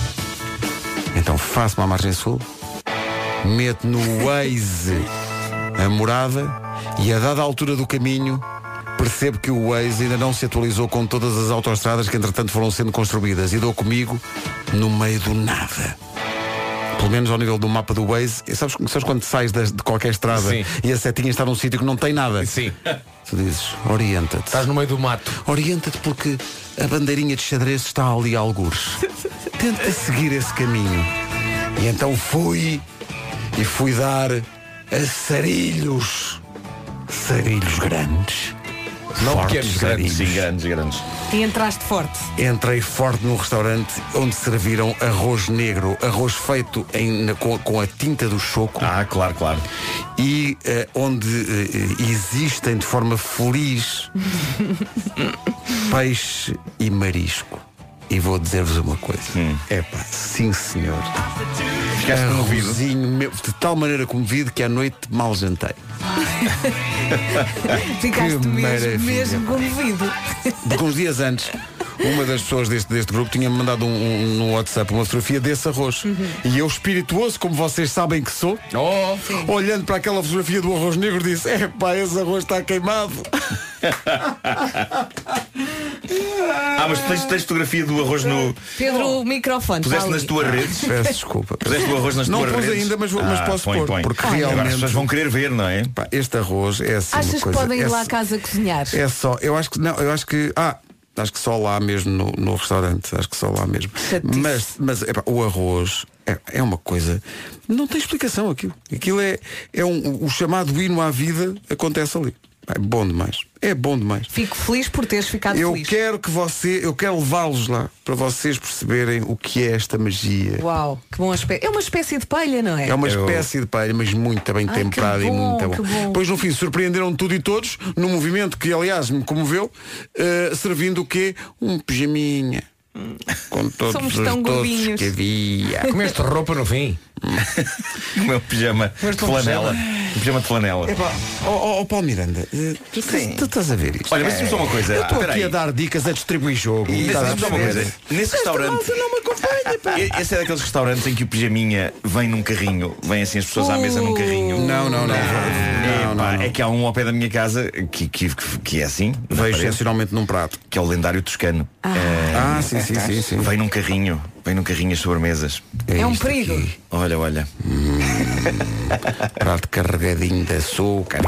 B: Então faço-me à margem sul, meto no Waze a morada e a dada altura do caminho percebo que o Waze ainda não se atualizou com todas as autoestradas que entretanto foram sendo construídas e dou comigo no meio do nada. Pelo menos ao nível do mapa do Waze, E sabes, sabes quando sais das- de qualquer estrada
F: Sim.
B: e a setinha está num sítio que não tem nada?
F: Sim.
B: Tu dizes, orienta-te.
F: Estás no meio do mato.
B: Orienta-te porque a bandeirinha de xadrez está ali a algures. Tenta seguir esse caminho. E então fui e fui dar a sarilhos. Sarilhos grandes.
F: Não
B: Fortes
F: pequenos, grandes.
J: Sim,
B: sarilhos.
J: grandes, grandes.
A: E entraste forte.
B: Entrei forte num restaurante onde serviram arroz negro, arroz feito em- na- com, a- com a tinta do choco
J: Ah, claro, claro.
B: e eh, onde eh, existem de forma feliz peixe e marisco. E vou dizer-vos uma coisa. É pá, sim senhor.
J: Ficaste comovido.
B: Arrozinho meu, de tal maneira comovido que à noite mal jantei.
A: Ficaste
B: maravilha,
A: mesmo, mesmo
B: pá.
A: comovido.
B: Porque uns dias antes, uma das pessoas deste, deste grupo tinha-me mandado um, um- no WhatsApp uma fotografia desse arroz. E eu, espirituoso, como vocês sabem que sou,
F: Oh,
B: olhando para aquela fotografia do arroz negro, disse, é pá, esse arroz está queimado.
J: Ah, mas tens, tens fotografia do arroz no.
A: Pedro, o microfone.
J: Puseste
A: está
J: nas
A: ali.
J: tuas redes?
B: Peço desculpa.
J: Puseste o arroz nas
B: Não
J: tuas
B: pus
J: redes? Ah,
B: ainda, mas vou- mas posso
J: põe,
B: pôr,
J: põe.
B: porque
J: Agora
B: realmente-
J: as pessoas vão querer ver, não é?
B: Pá, este arroz é assim
A: Achas
B: uma
A: que
B: coisa.
A: podem ir
B: é,
A: lá
B: só-
A: a casa cozinhar?
B: É só, eu acho que não, eu acho que ah, acho que só lá mesmo no, no restaurante, acho que só lá mesmo.
A: Chatice.
B: Mas mas epá, o arroz é, é uma coisa, não tem explicação aquilo. Aquilo é é um, o chamado hino à vida acontece ali. É bom demais. É bom demais.
A: Fico feliz por teres ficado
B: Eu
A: feliz.
B: quero que você, eu quero levá-los lá para vocês perceberem o que é esta magia.
A: Uau, que bom aspecto. É uma espécie de palha, não é?
B: É uma
J: Eu-
B: espécie de palha, mas muito bem
A: Ai,
B: temperada
A: que bom,
B: e muito
A: que
B: bom.
A: bom.
B: Depois, no fim, surpreenderam tudo e todos, num movimento que, aliás, me comoveu, eh, servindo o quê? Um pijaminha. Com todos
A: Somos
B: os
A: tão
B: doces
A: gordinhos.
B: que havia.
F: Comeste roupa no fim?
J: O meu pijama de
B: Comeste um
J: flanela.
B: pijama?
J: Um pijama de flanela.
B: Epá, ó oh, Paulo Miranda, eh, tu,
J: Sim.
B: tu, tu estás a ver isto?
J: Olha, mas diz-me só uma coisa.
B: Eu estou
J: Espera
B: aqui
J: aí.
B: a dar dicas a distribuir jogo.
J: E
B: Estás a
J: diz-me só uma
B: perceber?
J: coisa. Nesse restaurante.
B: Malta não me acompanha, pá.
J: E- Esse é daqueles restaurantes em que o pijaminha vem num carrinho, vem assim as pessoas à mesa num carrinho.
B: Oh. Não, não, não.
J: É,
B: Não,
J: pá,
B: não, não.
J: é que há um ao pé da minha casa que, que, que- que é assim, na
B: Veio
J: parede,
B: excepcionalmente num prato.
J: que é o lendário toscano. Eh,
B: Ah, sim, sim, sim, sim.
J: Vem num carrinho, vem num carrinho as sobremesas.
A: É um
B: isto
A: perigo.
B: aqui.
J: Olha, olha.
B: Prato carregadinho de açúcar.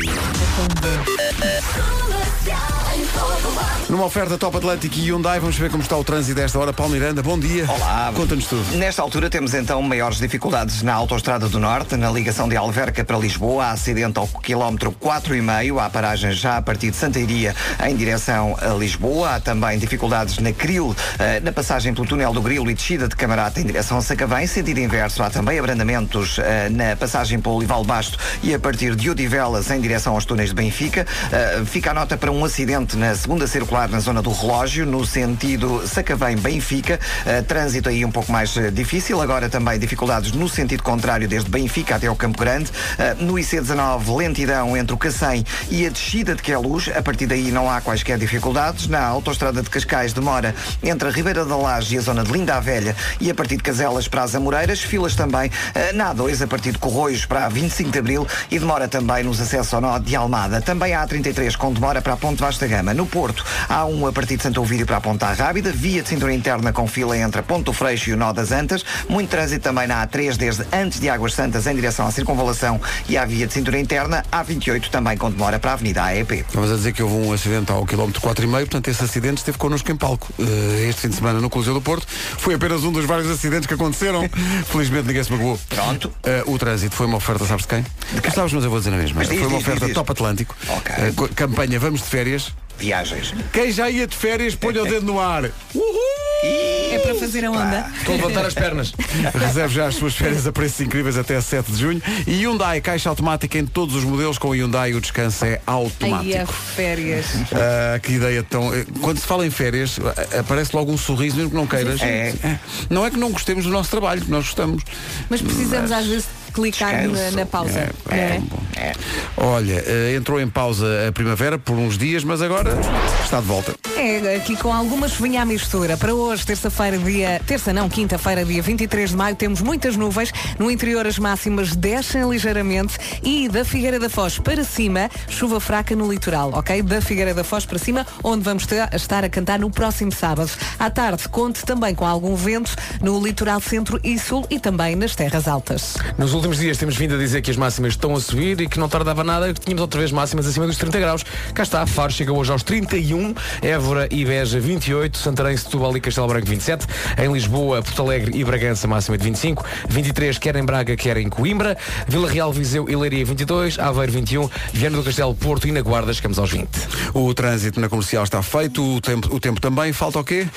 B: Numa oferta Top Atlântico e Hyundai, vamos ver como está o trânsito desta hora. Paulo Miranda, bom dia.
C: Olá.
B: Conta-nos tudo.
C: Nesta altura temos então maiores dificuldades na Autostrada do Norte, na ligação de Alverca para Lisboa, há acidente ao quilómetro 4,5, há paragens já a partir de Santa Iria em direção a Lisboa, há também dificuldades na Cril, eh, na passagem pelo túnel do Grilo e descida de Camarata em direção a Sacavém, sentido inverso, há também abrandamentos eh, na passagem pelo Olival Basto e a partir de Odivelas em direção aos túneis de Benfica. Eh, Fica a nota para um acidente na segunda circular na zona do relógio, no sentido Sacavém-Benfica, eh, trânsito aí um pouco mais eh, difícil. Agora também dificuldades no sentido contrário, desde Benfica até o Campo Grande. Eh, no IC19, lentidão entre o Cacém e a descida de Queluz. A partir daí não há quaisquer dificuldades. Na autoestrada de Cascais, demora entre a Ribeira da Laje e a zona de Linda a Velha e a partir de Caselas para as Amoreiras. Filas também eh, na A2, a partir de Corroios para a 25 de Abril e demora também nos acessos ao nó de Almada. Também há a 33 com demora para a Ponte Vasta Gama. No Porto, há um a partir de Santo Ovídio para a Ponta Rábida, via de cintura interna com fila entre a Ponto Freixo e o Nó das Antas. Muito trânsito também na A3 desde antes de Águas Santas em direção à Circunvalação e à via de cintura interna. A28 também com demora para a Avenida AEP.
B: Estavas a dizer que houve um acidente ao quilómetro 4,5, portanto esse acidente esteve connosco em palco eh, este fim de semana no Coliseu do Porto. Foi apenas um dos vários acidentes que aconteceram. Felizmente ninguém se magoou.
C: Pronto.
B: Eh, o trânsito foi uma oferta, sabes de quem? Tu sabes, mas eu vou dizer na mesma.
C: Mas diz,
B: foi uma
C: diz,
B: oferta
C: diz, diz.
B: Top Atlântico.
C: Ok.
B: Eh, co- campanha Vamos de Férias.
C: Viagens.
B: Quem já ia de férias, ponha o dedo no ar.
A: É para fazer a onda.
F: Estou a levantar as pernas.
B: Reserve já as suas férias a preços incríveis até 7 de junho. E Hyundai, caixa automática em todos os modelos. Com o Hyundai o descanso é
A: Aí é
B: automático.
A: férias.
B: Ah, que ideia tão. eh, Quando se fala em férias, a- aparece logo um sorriso, mesmo que não queiras.
C: É.
B: Não é que não gostemos do nosso trabalho, que nós gostamos.
A: Mas precisamos às vezes de clicar na,
C: Descanso.
A: na pausa.
B: É,
A: não é?
B: tão bom. Olha, eh, entrou em pausa a primavera por uns dias, mas agora está de volta.
A: É, aqui com alguma chuvinha à mistura. Para hoje, terça-feira, dia. Terça não, quinta-feira, dia 23 de maio, temos muitas nuvens. No interior, as máximas descem ligeiramente. E da Figueira da Foz para cima, chuva fraca no litoral, ok? Da Figueira da Foz para cima, onde vamos ter- estar a cantar no próximo sábado. À tarde, conte também com algum vento no litoral centro e sul e também nas terras altas.
F: Nos últimos dias temos vindo a dizer que as máximas estão a subir e que não tardava nada, que tínhamos outra vez máximas acima dos 30 graus. Cá está, Faro chega hoje aos 31, Évora e Beja 28, Santarém, Setúbal e Castelo Branco 27, em Lisboa, Porto Alegre e Bragança máxima de 25, 23 quer em Braga, quer em Coimbra, Vila Real, Viseu e Leiria 22, Aveiro 21, Viana do Castelo, Porto e na Guarda chegamos aos 20.
B: O trânsito na comercial está feito, o tempo, o tempo também. Falta o quê?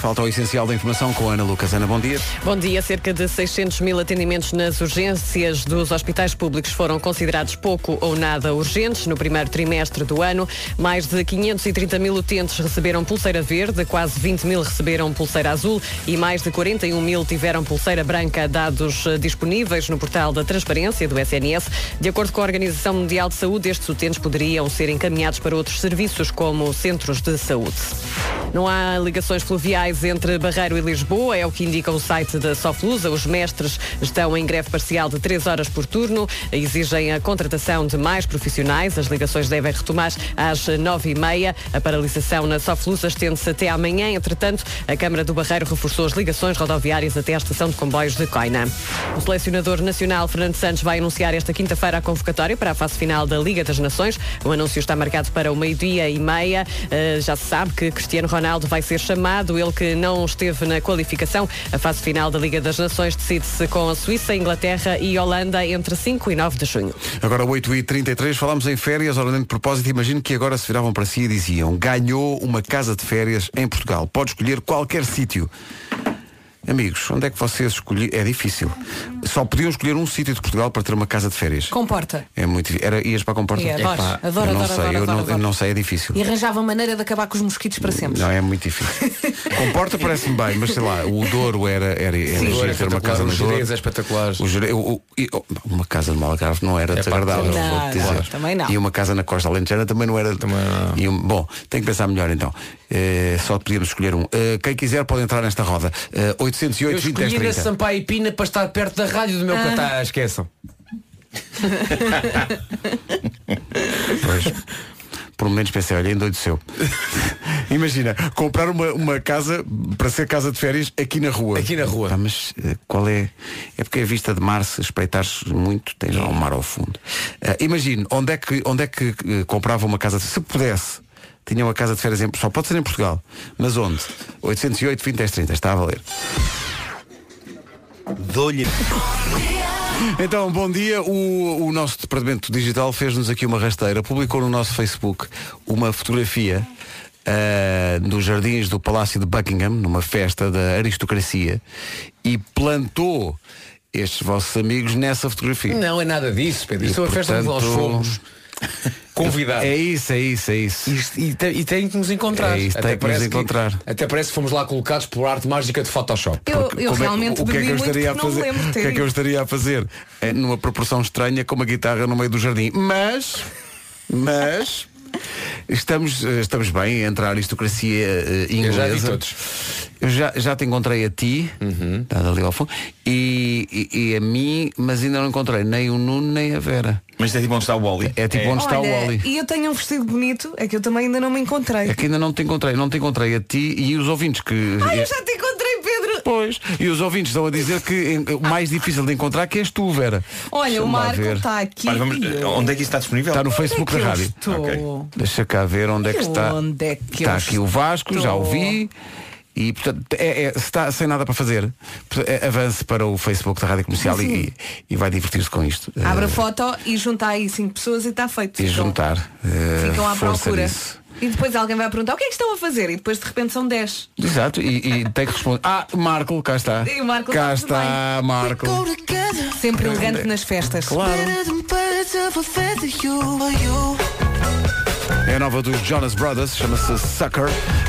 B: Falta o essencial da informação com a Ana Lucas. Ana, bom dia.
G: Bom dia. Cerca de 600 mil atendimentos nas urgências dos hospitais públicos foram considerados pouco ou nada urgentes no primeiro trimestre do ano. Mais de 530 mil utentes receberam pulseira verde, quase 20 mil receberam pulseira azul e mais de 41 mil tiveram pulseira branca. Dados eh, disponíveis no portal da transparência do SNS. De acordo com a Organização Mundial de Saúde, estes utentes poderiam ser encaminhados para outros serviços como centros de saúde. Não há ligações fluviais entre Barreiro e Lisboa, é o que indica o site da Soflusa. Os mestres estão em greve parcial de 3 horas por turno, exigem a contratação de mais profissionais. As ligações devem retomar às 9h30. A paralisação na Soflusa estende-se até amanhã. Entretanto, a Câmara do Barreiro reforçou as ligações rodoviárias até à estação de comboios de Coina. O selecionador nacional Fernando Santos vai anunciar esta quinta-feira a convocatória para a fase final da Liga das Nações. O anúncio está marcado para o meio-dia e meia. Eh, já se sabe que Cristiano Ronaldo vai ser chamado, ele que não esteve na qualificação. A fase final da Liga das Nações decide-se com a Suíça, Inglaterra e Holanda entre 5 e 9 de junho.
B: Agora 8h33, falámos em férias, ora nem de propósito, imagino que agora se viravam para si e diziam ganhou uma casa de férias em Portugal. Pode escolher qualquer sítio. Amigos, onde é que vocês escolhiam? É difícil. Só podiam escolher um sítio de Portugal para ter uma casa de férias.
A: Comporta.
B: É muito difícil. Era, ias para a comporta?
A: Ia, adoro,
B: Epá,
A: adoro,
B: eu não
A: adoro,
B: sei,
A: adoro,
B: eu, não,
A: adoro,
B: eu
A: adoro.
B: não sei, é difícil.
A: E arranjava maneira de acabar com os mosquitos para sempre.
B: Não, é muito difícil. Comporta parece-me bem, mas sei lá, o Douro era, era, era
F: Sim.
B: giro
F: Douro é
B: ter uma
F: espetacular,
B: casa
F: o
B: no
F: Jerez
B: Douro.
F: é espetacular.
B: O Jerez- o- o- e- oh, uma casa no Algarve não era
F: É pá,
B: desagradável,
F: não,
B: vou dizer.
A: claro, também não.
B: E uma casa na Costa Alentejana também não era. E um- bom, tem que pensar melhor então. Eh, só podíamos escolher um. Eh, quem quiser pode entrar nesta roda. Eh, 808
F: Eu
B: 20
F: escolhi na
B: 10 30.
F: Sampaio e Pina para estar perto da rádio do meu
A: Ah.
F: catar. Esqueçam.
B: Pois. Por momentos pensei, olha, ainda seu. Imagina, comprar uma, uma casa para ser casa de férias aqui na rua. Aqui na rua. mas eh, qual é? É porque a vista de mar, se espreitares muito, tens lá um mar ao fundo. Eh, Imagina, onde é que, onde é que eh, comprava uma casa, de- se pudesse, tinha uma casa de férias, em, só pode ser em Portugal, mas onde? 808, 20, 10, 30, está a valer.
K: Dou-lhe.
B: Então, bom dia. O, o nosso departamento digital fez-nos aqui uma rasteira, publicou no nosso Facebook uma fotografia ah, dos jardins do Palácio de Buckingham, numa festa da aristocracia, e plantou estes vossos amigos nessa fotografia.
F: Não é nada disso, Pedro.
B: E,
F: Isto é uma festa onde nós
B: portanto,
F: fomos convidados.
B: É isso, é isso, é isso.
F: e, tem, e tem que nos encontrar.
B: É isso, tem que nos
F: parece
B: encontrar.
F: até parece que fomos lá colocados por arte mágica de Photoshop.
A: Eu,
B: Porque
A: eu
B: como é que-
A: realmente
B: o que é
A: bebi
B: que eu
A: muito porque
B: estaria a
A: não me
B: fazer?
A: lembro de
B: O que é
A: ter
B: que eu
A: ido.
B: estaria a fazer? É, numa proporção estranha com uma guitarra no meio do jardim. Mas, mas estamos, eh, estamos bem entre a aristocracia eh,
F: Eu
B: inglesa.
F: já vi todos. Uhum.
B: Eu já, já te encontrei a ti, estás ali ao fundo, e, e- e a mim, mas ainda não encontrei nem o Nuno nem a Vera.
J: Mas é tipo onde está o Wally.
B: É tipo onde está o
A: Olha,
B: Wally.
A: E eu tenho um vestido bonito, é que eu também ainda não me encontrei.
B: É que ainda não te encontrei, não te encontrei a ti e os ouvintes que.
A: Ai, Ah, eu já te encontrei, Pedro!
B: Pois, e os ouvintes estão a dizer que eh, o mais difícil de encontrar que és tu, Vera.
A: Olha,
B: Deixa-me
A: o
B: lá
A: Marco tá-
B: ver.
A: está aqui.
J: Mas vamos-
A: E eu-
J: onde é que isso está disponível?
B: Está no Facebook
A: Onde é
B: da
A: que eu
B: rádio.
A: estou?
B: Deixa cá ver onde é que
A: E
B: está.
A: onde é que
B: está
A: eu
B: aqui o Vasco, já
A: estou?
B: ouvi. E portanto, é, é- se está sem nada para fazer, portanto, é, avance para o Facebook da Rádio Comercial e, e- e vai divertir-se com isto. Eh,
A: Abre a foto e junta aí cinco pessoas e está feito.
B: e
A: Ficam-
B: juntar. eh,
A: Ficam à
B: força
A: procura.
B: nisso.
A: E depois alguém vai perguntar o que é que estão a fazer e depois de repente são 10.
B: Exato, e, e tem que responder. Ah, Marco, cá está.
A: E o Marco
B: cá
A: está tudo
B: está, Marco.
A: Sempre elegante nas festas.
B: É a nova dos Jonas Brothers, chama-se Sucker.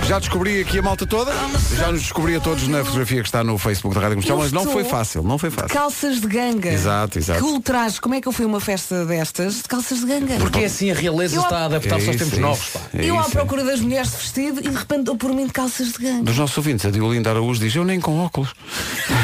B: Já descobri aqui a malta toda. Já nos descobri a todos na fotografia que está no Facebook da Rádio Comercial,
A: Eu
B: Então, mas não
A: estou
B: foi fácil, não foi fácil.
A: Calças de ganga.
B: Exato, exato.
A: Que ultraje. Como é que eu fui a uma festa destas de calças de ganga?
F: Porque é assim a realeza
A: Eu-
F: está a adaptar-se aos
B: É isso,
F: tempos
B: é
F: novos.
B: isso,
F: pá.
B: é
A: eu à
B: isso.
A: procura das mulheres de vestido e de repente dou por mim de calças de ganga.
B: Dos nossos ouvintes, a Diolinda Araújo diz, eu nem com óculos.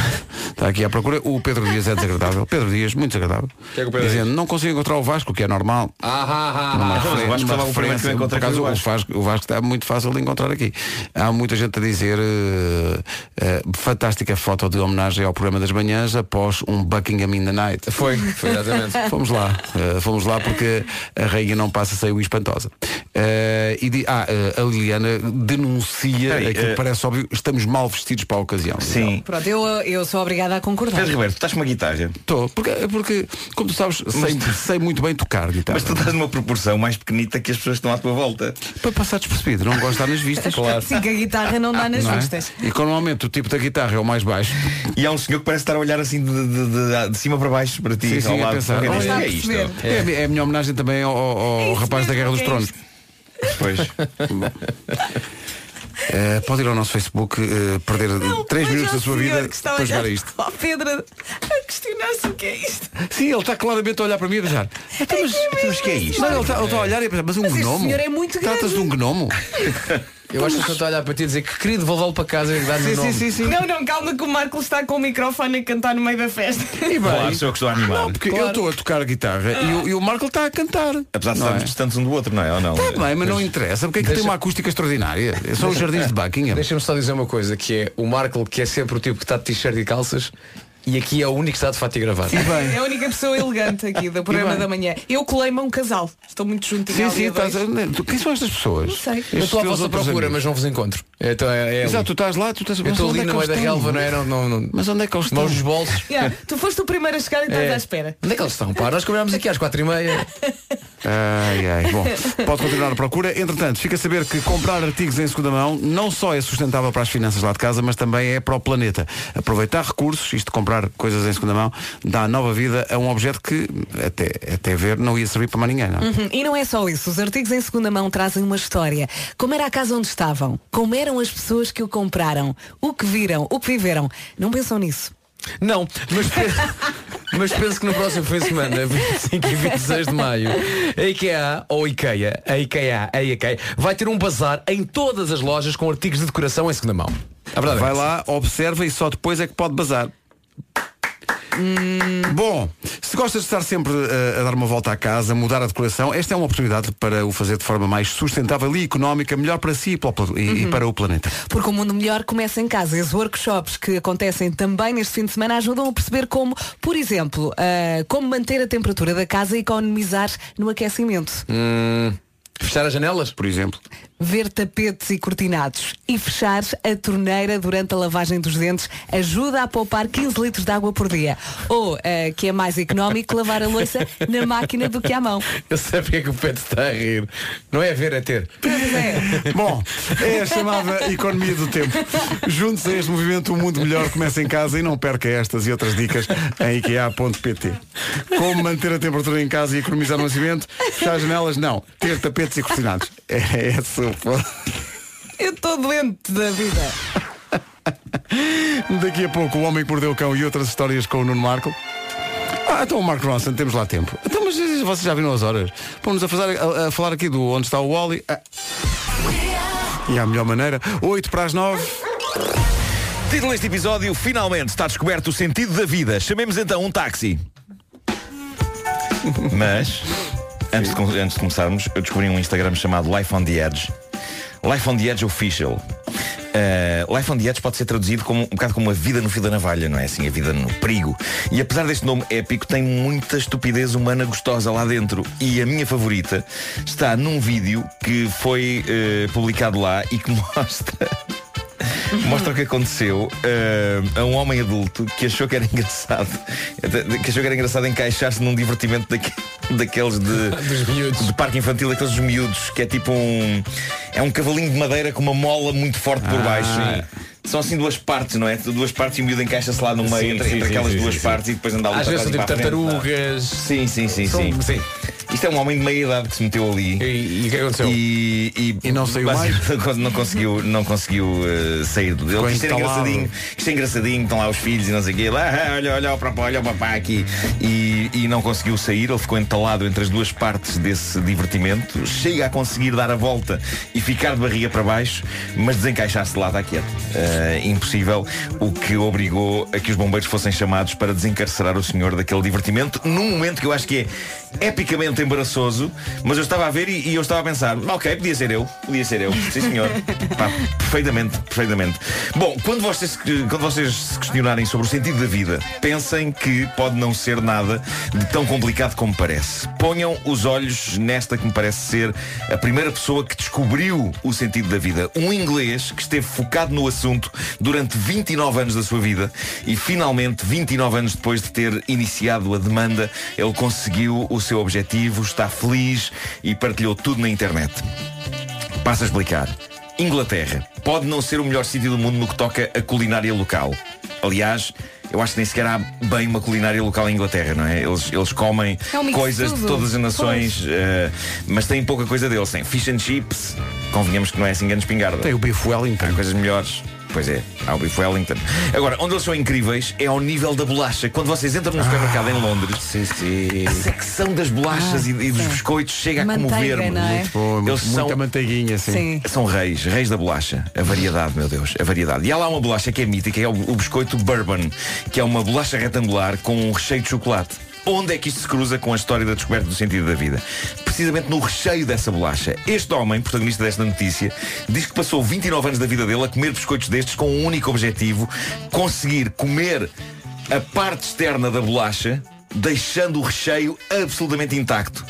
B: Está aqui à procura. O Pedro Dias é desagradável. Pedro Dias, muito desagradável.
F: é que o Pedro
B: Dizendo, não consigo encontrar o Vasco, o que é normal.
F: Ah, ah,
B: Numa
F: ah, ah.
B: refer-
J: o Vasco
B: numa
J: estava o primeiro que eu
B: referência.
J: encontrei
B: Por acaso,
J: foi o
B: o Vasco. O Vasco está muito fácil de encontrar aqui. Há muita gente a dizer eh, eh, fantástica foto de homenagem ao programa das manhãs após um Buckingham in the Night.
F: Foi, foi exatamente.
B: Fomos lá, eh, fomos lá porque a rainha não passa sem o espantosa. Eh, e di- ah, eh, a Liliana denuncia
J: Peraí,
B: aquilo que
J: eh,
B: parece óbvio, estamos mal vestidos para a ocasião.
J: Sim.
A: Pronto, eu, eu sou obrigada a concordar.
J: Pedro Ribeiro, tu estás com uma guitarra.
B: Estou, porque, porque, como tu sabes, sei, sei muito bem tocar guitarra.
J: Mas tu tá- estás numa proporção mais pequenita que as pessoas que estão à tua volta.
B: Para passar despercebido, não gosto de dar nas vistas. Claro.
A: Sim, que a guitarra não dá nas
B: Não é?
A: vistas.
B: E quando, normalmente o tipo da guitarra é o mais baixo.
J: E há um senhor que parece estar a olhar assim de, de- de- de cima para baixo para ti.
B: Sim,
J: ao
B: sim, a
J: lado.
B: pensar.
J: Quem
A: Não
J: diz, "O que é
A: está a
J: isto?
A: perceber.
B: É, a mi- é a minha homenagem também ao, ao- ao
A: isso
B: rapaz
A: mesmo,
B: da Guerra dos
A: é
B: Tronos.
J: Pois.
B: Eh, pode ir ao nosso Facebook, eh, perder
A: Não,
B: 3
A: veja
B: minutos da
A: o
B: sua
A: senhor
B: vida
A: que está a
B: para jogar
A: olhar
B: isto.
A: Ó Pedro, a questionar-se o que é isto.
B: Sim, ele está claramente a olhar para mim e a pensar. Então, mas,
J: Mas o que é isto?
B: Não, ele está ele está a olhar e a pensar, mas um
A: Mas este
B: gnomo.
A: senhor é muito grande.
B: Tratas de um gnomo.
F: Eu acho que estou a olhar para ti e dizer que querido, vou levá-lo para casa e dar-lhe o nome.
B: sim.
A: Não, não, calma que o Marco está com o microfone a cantar no meio da festa.
B: E bem,
J: Claro, sou eu que estou a animar.
B: porque eu estou a tocar guitarra e o, e o Marco está a cantar.
J: Apesar de
B: não
J: estarmos
B: é?
J: distantes um do outro, não é? Ou não?
B: Está bem, mas não interessa, porque é que tem uma acústica extraordinária. São os jardins de Buckingham.
F: Deixa-me só dizer uma coisa, que é o Marco, que é sempre o tipo que está de t-shirt e calças, e aqui é o único que está de fato e gravata.
A: É a única pessoa elegante aqui do programa
B: bem.
A: da manhã. Eu colei-me a um casal. Estou muito juntinho.
B: Sim,
A: ao
B: sim,
A: dia
B: estás
A: dois.
B: a- tu- Quem são estas pessoas? Não
A: sei.
F: Eu estou à vossa procura, mas não vos encontro. Então é, é
B: Exato, tu estás lá, tu estás
F: Eu
B: mas
F: estou
B: onde
F: ali
B: é
F: no
B: que
F: meio
B: eles
F: da
B: estão?
F: relva, não é? Não, não, não.
B: Mas onde é que eles estão?
F: Mãos nos bolsos.
A: Yeah, tu foste o primeiro a chegar e estás
F: É.
A: à espera.
F: Onde é que eles estão? Pá, nós cobramos aqui às quatro e meia.
B: Ai, ai. Bom, pode continuar a procura. Entretanto, fica a saber que comprar artigos em segunda mão não só é sustentável para as finanças lá de casa, mas também é para o planeta. Aproveitar recursos, isto de comprar coisas em segunda mão, dá nova vida a um objeto que, até, até ver, não ia servir para mais ninguém. Não? é?
A: Uhum. E não é só isso. Os artigos em segunda mão trazem uma história. Como era a casa onde estavam? Como eram as pessoas que o compraram? O que viram? O que viveram? Não pensam nisso.
F: Não, mas, mas penso que no próximo fim de semana, 25 e 26 de maio, a IKEA ou IKEA, a IKEA, a IKEA, vai ter um bazar em todas as lojas com artigos de decoração em segunda mão. A verdade é
B: Vai
F: essa.
B: lá, observa e só depois é que pode bazar.
F: Hum.
B: Bom, se gostas de estar sempre eh, a dar uma volta à casa, mudar a decoração, esta é uma oportunidade para o fazer de forma mais sustentável e económica, melhor para si e para o pla- e- e
A: Uhum.
B: para o planeta.
A: Porque o mundo melhor começa em casa. E os workshops que acontecem também neste fim de semana ajudam a perceber como, por exemplo, ah, como manter a temperatura da casa e economizar no aquecimento.
F: Hum, fechar as janelas?
B: Por exemplo.
A: Ver tapetes e cortinados e fechar a torneira durante a lavagem dos dentes ajuda a poupar 15 litros de água por dia. Ou, ah, que é mais económico, lavar a louça na máquina do que à mão.
F: Eu sei porque é que o Pedro está a rir. Não é ver, é ter.
B: Bom, é a chamada economia do tempo. Junte-se a este movimento O Mundo Melhor Começa em Casa e não perca estas e outras dicas em IKEA.pt. Como manter a temperatura em casa e economizar no nascimento? Fechar as janelas? Não. Ter tapetes e cortinados. É essa o ponto.
A: Eu estou doente da vida.
B: Daqui a pouco o Homem que Mordeu o Cão e outras histórias com o Nuno Marco. Ah, então o Marco Ronson, temos lá tempo. Então, mas vocês já viram as horas. Vamos a, fazer- a- a falar aqui do onde está o Wally. Ah. E à melhor maneira, 8 para as 9.
J: Título deste episódio, finalmente está descoberto o sentido da vida. Chamemos então um táxi. Mas, antes de, com- antes de começarmos, eu descobri um Instagram chamado Life on the Edge. Life on the Edge Official. Uh, Life on the Edge pode ser traduzido como um bocado como a vida no fio da navalha, não é assim? A vida no perigo. E apesar deste nome épico, tem muita estupidez humana gostosa lá dentro. E a minha favorita está num vídeo que foi eh, publicado lá e que mostra Mostra o que aconteceu eh, a um homem adulto que achou que era engraçado, que achou que era engraçado encaixar-se num divertimento daque- daqueles de, de parque infantil, daqueles dos miúdos, que é tipo um. É um cavalinho de madeira com uma mola muito forte
F: Ah.
J: por baixo. E são assim duas partes, não é? Duas partes e o miúdo encaixa-se lá no meio
F: Sim,
J: entre,
F: sim,
J: entre
F: sim,
J: aquelas
F: sim,
J: duas
F: sim,
J: partes
F: sim.
J: e depois andar
F: Às vezes são tipo
J: tartarugas. Sim, sim, é? sim,
F: São-
J: sim. Isto é um homem de meia idade que se meteu ali.
F: E, o que aconteceu?
J: E, não saiu mais. Não conseguiu, não conseguiu eh, sair do dele.
F: Ficou
J: Que Isto é
F: entalado.
J: engraçadinho. que Isto é engraçadinho. Estão lá os filhos e não sei o quê. Lá, ah, olha, olha o papai, olha o papai aqui. E, e não conseguiu sair. Ele ficou entalado entre as duas partes desse divertimento. Chega a conseguir dar a volta e ficar de barriga para baixo, mas desencaixar-se de lado à quieto. Eh, impossível. O que obrigou a que os bombeiros fossem chamados para desencarcerar o senhor daquele divertimento num momento que eu acho que é epicamente embaraçoso, mas eu estava a ver e, e eu estava a pensar, ok, podia ser eu, podia ser eu, sim senhor. Pá, perfeitamente, perfeitamente. Bom, quando vocês, quando vocês se questionarem sobre o sentido da vida, pensem que pode não ser nada de tão complicado como parece. Ponham os olhos nesta que me parece ser a primeira pessoa que descobriu o sentido da vida. Um inglês que esteve focado no assunto durante 29 anos da sua vida e finalmente, 29 anos depois de ter iniciado a demanda, ele conseguiu o seu objetivo, está feliz e partilhou tudo na internet. Passo a explicar. Inglaterra pode não ser o melhor sítio do mundo no que toca a culinária local. Aliás, eu acho que nem sequer há bem uma culinária local em Inglaterra, não é? Eles, eles comem
K: É um mix
J: coisas
K: de
J: de
K: tudo.
J: todas as nações, eh, mas têm pouca coisa deles. Tem fish and chips, convenhamos que não é assim grande espingarda. Tem
B: o beef Wellington.
J: Há coisas melhores. Pois é, há o beef Wellington. Agora, onde eles são incríveis é ao nível da bolacha. Quando vocês entram num supermercado
B: Ah,
J: em Londres, a secção das
K: Ah,
J: bolachas e, e dos biscoitos chega a
B: Manteiga,
J: comover-me.
B: não é? Muito bom, muita
J: manteiguinha,
B: sim. Sim.
J: São reis, reis da bolacha. A variedade, meu Deus, a variedade. E há lá uma bolacha que é mítica, é o, o biscoito bourbon, que é uma bolacha retangular com um recheio de chocolate. Onde é que isto se cruza com a história da descoberta do sentido da vida? Precisamente no recheio dessa bolacha. Este homem, protagonista desta notícia, diz que passou 29 anos da vida dele a comer biscoitos destes com um único objetivo: conseguir comer a parte externa da bolacha, deixando o recheio absolutamente intacto.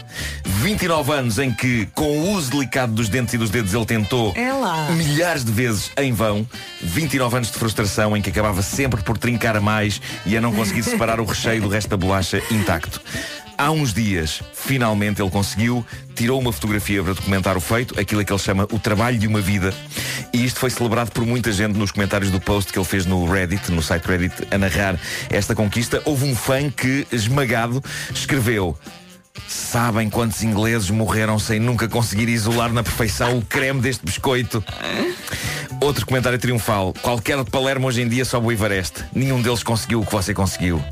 J: 29 anos em que, com o uso delicado dos dentes e dos dedos, ele tentou
A: É lá.
J: milhares de vezes em vão, 29 anos de frustração em que acabava sempre por trincar a mais e a não conseguir separar o recheio do resto da bolacha intacto. há uns dias, finalmente ele conseguiu, tirou uma fotografia para documentar o feito, aquilo que ele chama o trabalho de uma vida. E isto foi celebrado por muita gente nos comentários do post que ele fez no Reddit, no site Reddit, a narrar esta conquista. Houve um fã que, esmagado, escreveu Sabem quantos ingleses morreram sem nunca conseguir isolar na perfeição o creme deste biscoito? Outro comentário triunfal. Qualquer de Palermo hoje em dia sobe o Ivareste. Nenhum deles conseguiu o que você conseguiu.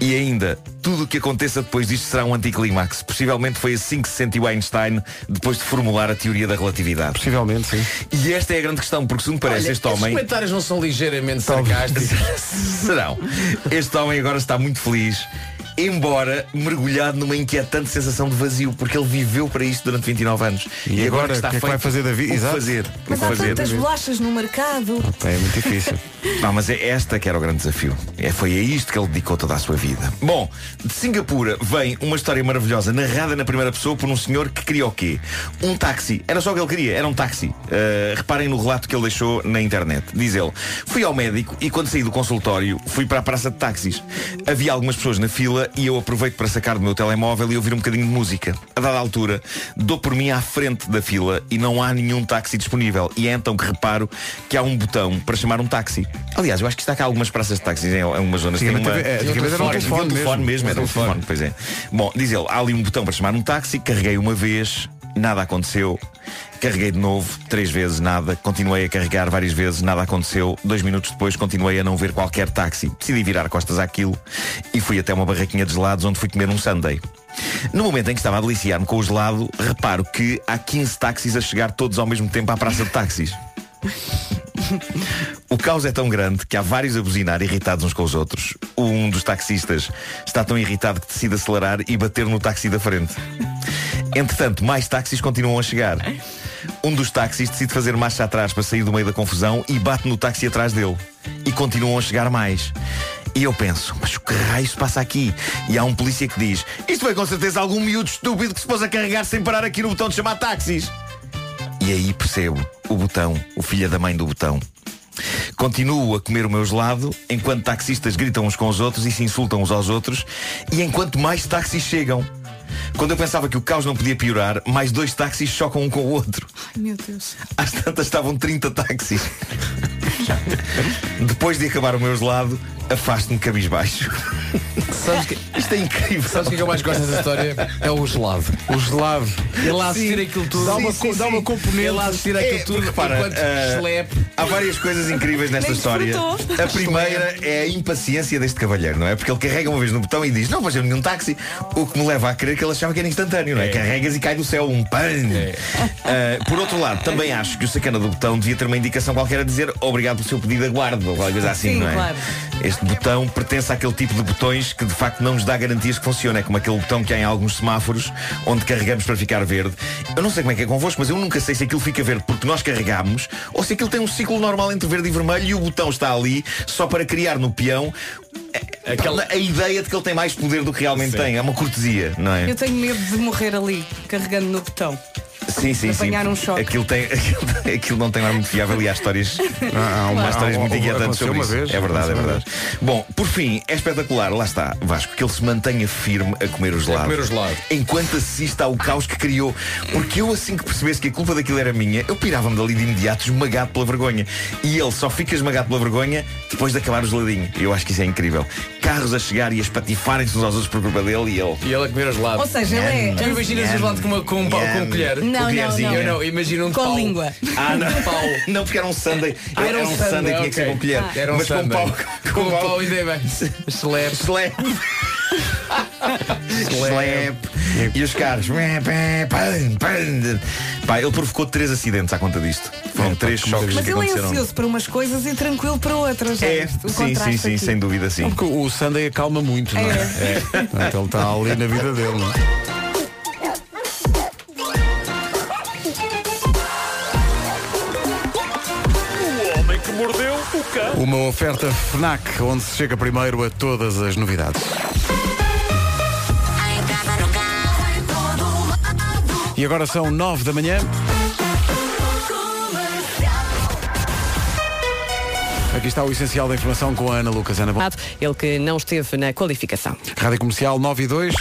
J: E ainda, tudo o que aconteça depois disto será um anticlimax. Possivelmente foi assim que se sentiu Einstein depois de formular a teoria da relatividade.
B: Possivelmente, sim.
J: E esta é a grande questão, porque se me parece
F: Olha,
J: este
F: Os
J: homem...
F: comentários não são ligeiramente sarcásticos.
J: Serão. Este homem agora está muito feliz, embora mergulhado numa inquietante sensação de vazio, porque ele viveu para isto durante 29 anos.
B: E agora, o que é que vai fazer da vida?
J: O que
B: Exato.
J: fazer?
A: Mas
J: o que
A: há
J: fazer? é
A: tantas bolachas no mercado.
B: É muito difícil.
J: Não, mas é esta que era o grande desafio. É, foi a isto que ele dedicou toda a sua vida. Bom, de Singapura vem uma história maravilhosa, narrada na primeira pessoa por um senhor que queria o quê? Um táxi. Era só o que ele queria, era um táxi. Uh, reparem no relato que ele deixou na internet. Diz ele, fui ao médico e quando saí do consultório fui para a praça de táxis. Havia algumas pessoas na fila e eu aproveito para sacar do meu telemóvel e ouvir um bocadinho de música. A dada altura, dou por mim à frente da fila e não há nenhum táxi disponível. E é então que reparo que há um botão para chamar um táxi. Aliás, eu acho que está cá algumas praças de táxis em algumas zonas. Tem uma...
B: Antigamente era- antigamente era um
J: Tinha
B: telefone mesmo.
J: mesmo, era um
B: Telefone.
J: telefone, pois é. Bom, diz ele, há ali um botão para chamar um táxi, carreguei uma vez, nada aconteceu. Carreguei de novo, três vezes, nada. Continuei a carregar várias vezes, nada aconteceu. Dois minutos depois, continuei a não ver qualquer táxi. Decidi virar costas àquilo e fui até uma barraquinha de gelados onde fui comer um sundae. No momento em que estava a deliciar-me com o gelado, reparo que há 15 táxis a chegar todos ao mesmo tempo à praça de táxis. O caos é tão grande que há vários a buzinar irritados uns com os outros. Um dos taxistas está tão irritado que decide acelerar e bater no táxi da frente. Entretanto, mais táxis continuam a chegar. Um dos táxis decide fazer marcha atrás para sair do meio da confusão e bate no táxi atrás dele. E continuam a chegar mais. E eu penso, mas o que raio se passa aqui? E há um polícia que diz, isto foi com certeza algum miúdo estúpido que se pôs a carregar sem parar aqui no botão de chamar táxis. E aí percebo o botão, o filho da mãe do botão. Continuo a comer o meu gelado, enquanto taxistas gritam uns com os outros e se insultam uns aos outros, e enquanto mais táxis chegam. Quando eu pensava que o caos não podia piorar, mais dois táxis chocam um com o outro.
A: Ai, meu Deus.
J: Às tantas estavam 30 táxis. Depois de acabar o meu gelado, afasto-me cabisbaixo.
F: Sabes que,
J: Isto é incrível.
F: sabes o que é que eu mais gosto dessa história? É o gelado.
B: O gelado.
F: Ele a assistir
J: Sim.
F: aquilo tudo.
B: Dá uma,
J: Sim,
B: co-
J: sim,
B: dá uma
J: sim.
B: componente.
F: Ele a assistir aquilo
J: É,
F: tudo
J: repara,
F: enquanto
J: ah,
F: schlepe.
J: Há várias coisas incríveis nesta
A: Nem
J: história.
A: desfrutou.
J: A primeira é a impaciência deste cavalheiro, não é? Porque ele carrega uma vez no botão e diz, não vou fazer nenhum táxi, o que me leva a crer que ele achava que era instantâneo, não é? Carregas e cai do céu um pan.
F: É.
J: Ah, por outro lado, também acho que o sacana do botão devia ter uma indicação qualquer a dizer obrigado pelo seu pedido, aguardo, ou qualquer coisa assim,
A: Sim,
J: não é?
A: claro.
J: Este botão pertence àquele tipo de botões que de facto não nos dá garantias que funciona. É como aquele botão que há em alguns semáforos onde carregamos para ficar verde. Eu não sei como é que é convosco, mas eu nunca sei se aquilo fica verde porque nós carregamos ou se aquilo tem um ciclo normal entre verde e vermelho e o botão está ali só para criar no peão eh,
F: Aquela-
J: a ideia de que ele tem mais poder do que realmente tem. É uma cortesia, não é?
A: Eu tenho medo de morrer ali, carregando no botão.
J: Sim, sim, sim.
A: apanhar um choque.
J: Aquilo, tem, aquilo, aquilo não tem nada muito fiável e há histórias,
B: Ah, há uma-
J: há histórias
B: há-
J: muito
B: houve-
J: inquietantes
B: aconteceu
J: sobre
B: uma
J: isso.
B: vez.
J: é verdade, é
B: Aconteceu uma
J: verdade. Bom, por fim, é espetacular, lá está, Vasco, que ele se mantenha firme a comer os lados.
F: comer o gelado.
J: Enquanto assista ao caos que criou. Porque eu, assim que percebesse que a culpa daquilo era minha, eu pirava-me dali de imediato esmagado pela vergonha. E ele só fica esmagado pela vergonha depois de acabar o geladinho. Eu acho que isso é incrível. Carros a chegar e a espatifarem-se uns aos outros por culpa dele e ele.
F: E ele a comer o gelado.
A: Ou seja, ele é.
F: Tu imaginas o gelado com uma com um pau com um colher?
A: Não, não,
J: colherzinha.
A: não.
F: Eu não, imagino um de
A: Com
F: pau.
A: língua.
J: Ah, não.
F: Pau.
J: Não, porque era um sundae.
F: Ah,
J: era, um sundae, tinha que ser
F: ok.
J: com colher.
F: Ah. Era um
J: Mas com
F: sundae.
J: pau.
F: Com um pau ainda é bem. Schlepe.
J: Slap. Slap. E os carros. Pam, pam. Pá, ele provocou três acidentes à conta disto. Foram três choques
A: Mas ele
J: que
A: é
J: aconteceram.
A: ansioso para umas coisas e tranquilo para outras. já
J: É,
A: viste? O
J: sim, sim,
A: contraste
J: sim,
A: aqui.
J: sem dúvida sim.
B: É Porque o Sunday acalma muito, não é?
A: É.
B: Portanto, ele está ali na vida dele, não é? Uma oferta FNAC, onde se chega primeiro a todas as novidades. E agora são nove da manhã. Aqui está o essencial da
A: Ah.
B: informação com a Ana Lucas. Ana, bom-
G: Ele que não esteve na qualificação.
B: Rádio Comercial 9 e 2.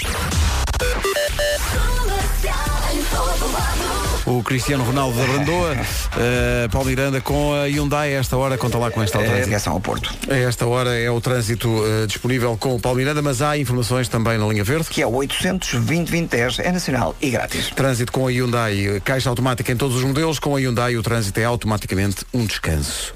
B: o Cristiano Ronaldo da Brandoa. Uh, Paulo Miranda com a Hyundai, a esta hora, conta lá com esta
C: altura. Direção ao Porto.
B: A esta hora é o trânsito uh, disponível com o Paulo Miranda, mas há informações também na linha verde.
C: Que é o 800-2020-10, é nacional e grátis.
B: Trânsito com a Hyundai, caixa automática em todos os modelos, com a Hyundai o trânsito é automaticamente um descanso.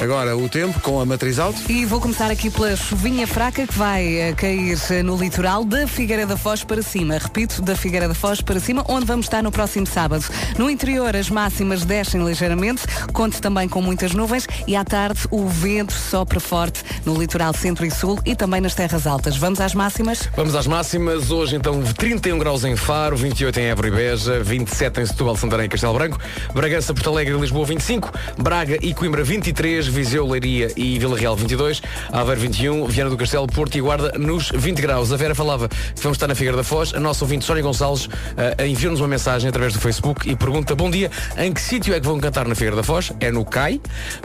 B: Agora o tempo com a matriz alto.
A: E vou começar aqui pela chuvinha fraca que vai eh, cair eh, no litoral da Figueira da Foz para cima. Repito, da Figueira da Foz para cima, onde vamos estar no próximo sábado. No interior as máximas descem ligeiramente, conte também com muitas nuvens e à tarde o vento sopra forte no litoral centro e sul e também nas terras altas. Vamos às máximas?
F: Vamos às máximas. Hoje, então, 31 graus em Faro, 28 em Évora e Beja, 27 em Setúbal, Santarém e Castelo Branco, Bragança, Porto Alegre e Lisboa, 25, Braga e Coimbra, 23, Viseu, Leiria e Vila Real, 22, Aveiro, 21, Viana do Castelo, Porto e Guarda, nos 20 graus. A Vera falava que vamos estar na Figueira da Foz. A nossa ouvinte, Sónia Gonçalves, eh, enviou-nos uma mensagem através do Facebook e pergunta, bom dia, em que sítio é que vão cantar na Figueira da Foz? É no CAI.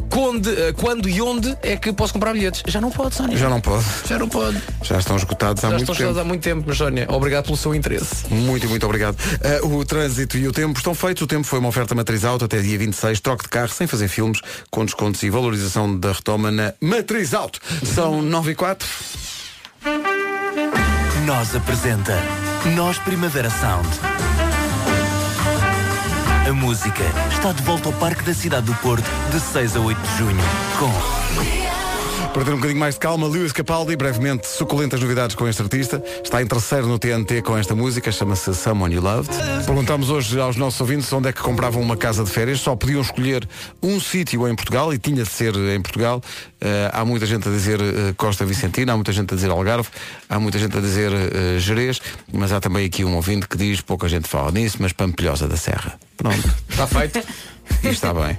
F: Quando, eh, quando e onde é que posso comprar bilhetes? Já não pode, Sónia.
B: Já não pode.
F: Já não pode.
B: Já estão esgotados há
F: Já
B: muito
F: estão
B: tempo.
F: estudados há muito tempo, mas Sónia, obrigado pelo seu interesse.
B: Muito, muito obrigado. Eh, o trânsito e o tempo estão feitos. O tempo foi uma oferta matriz alto até dia 26. Troque de carro sem fazer filmes, com descontos e valorização da retoma na matriz alto. São 9 e 4.
K: Nós apresenta Nós Primavera Sound. A música está de volta ao Parque da Cidade do Porto de 6 a 8 de junho com
B: Para ter um bocadinho mais de calma, Lewis Capaldi, brevemente suculentas novidades com este artista. Está em terceiro no TNT com esta música, chama-se Someone You Loved. Perguntámos hoje aos nossos ouvintes onde é que compravam uma casa de férias. Só podiam escolher um sítio em Portugal e tinha de ser em Portugal. Eh, há muita gente a dizer eh, Costa Vicentina, há muita gente a dizer Algarve, há muita gente a dizer eh, Jerez, mas há também aqui um ouvinte que diz, pouca gente fala nisso, mas Pampilhosa da Serra. Pronto.
F: Está feito.
B: E está bem.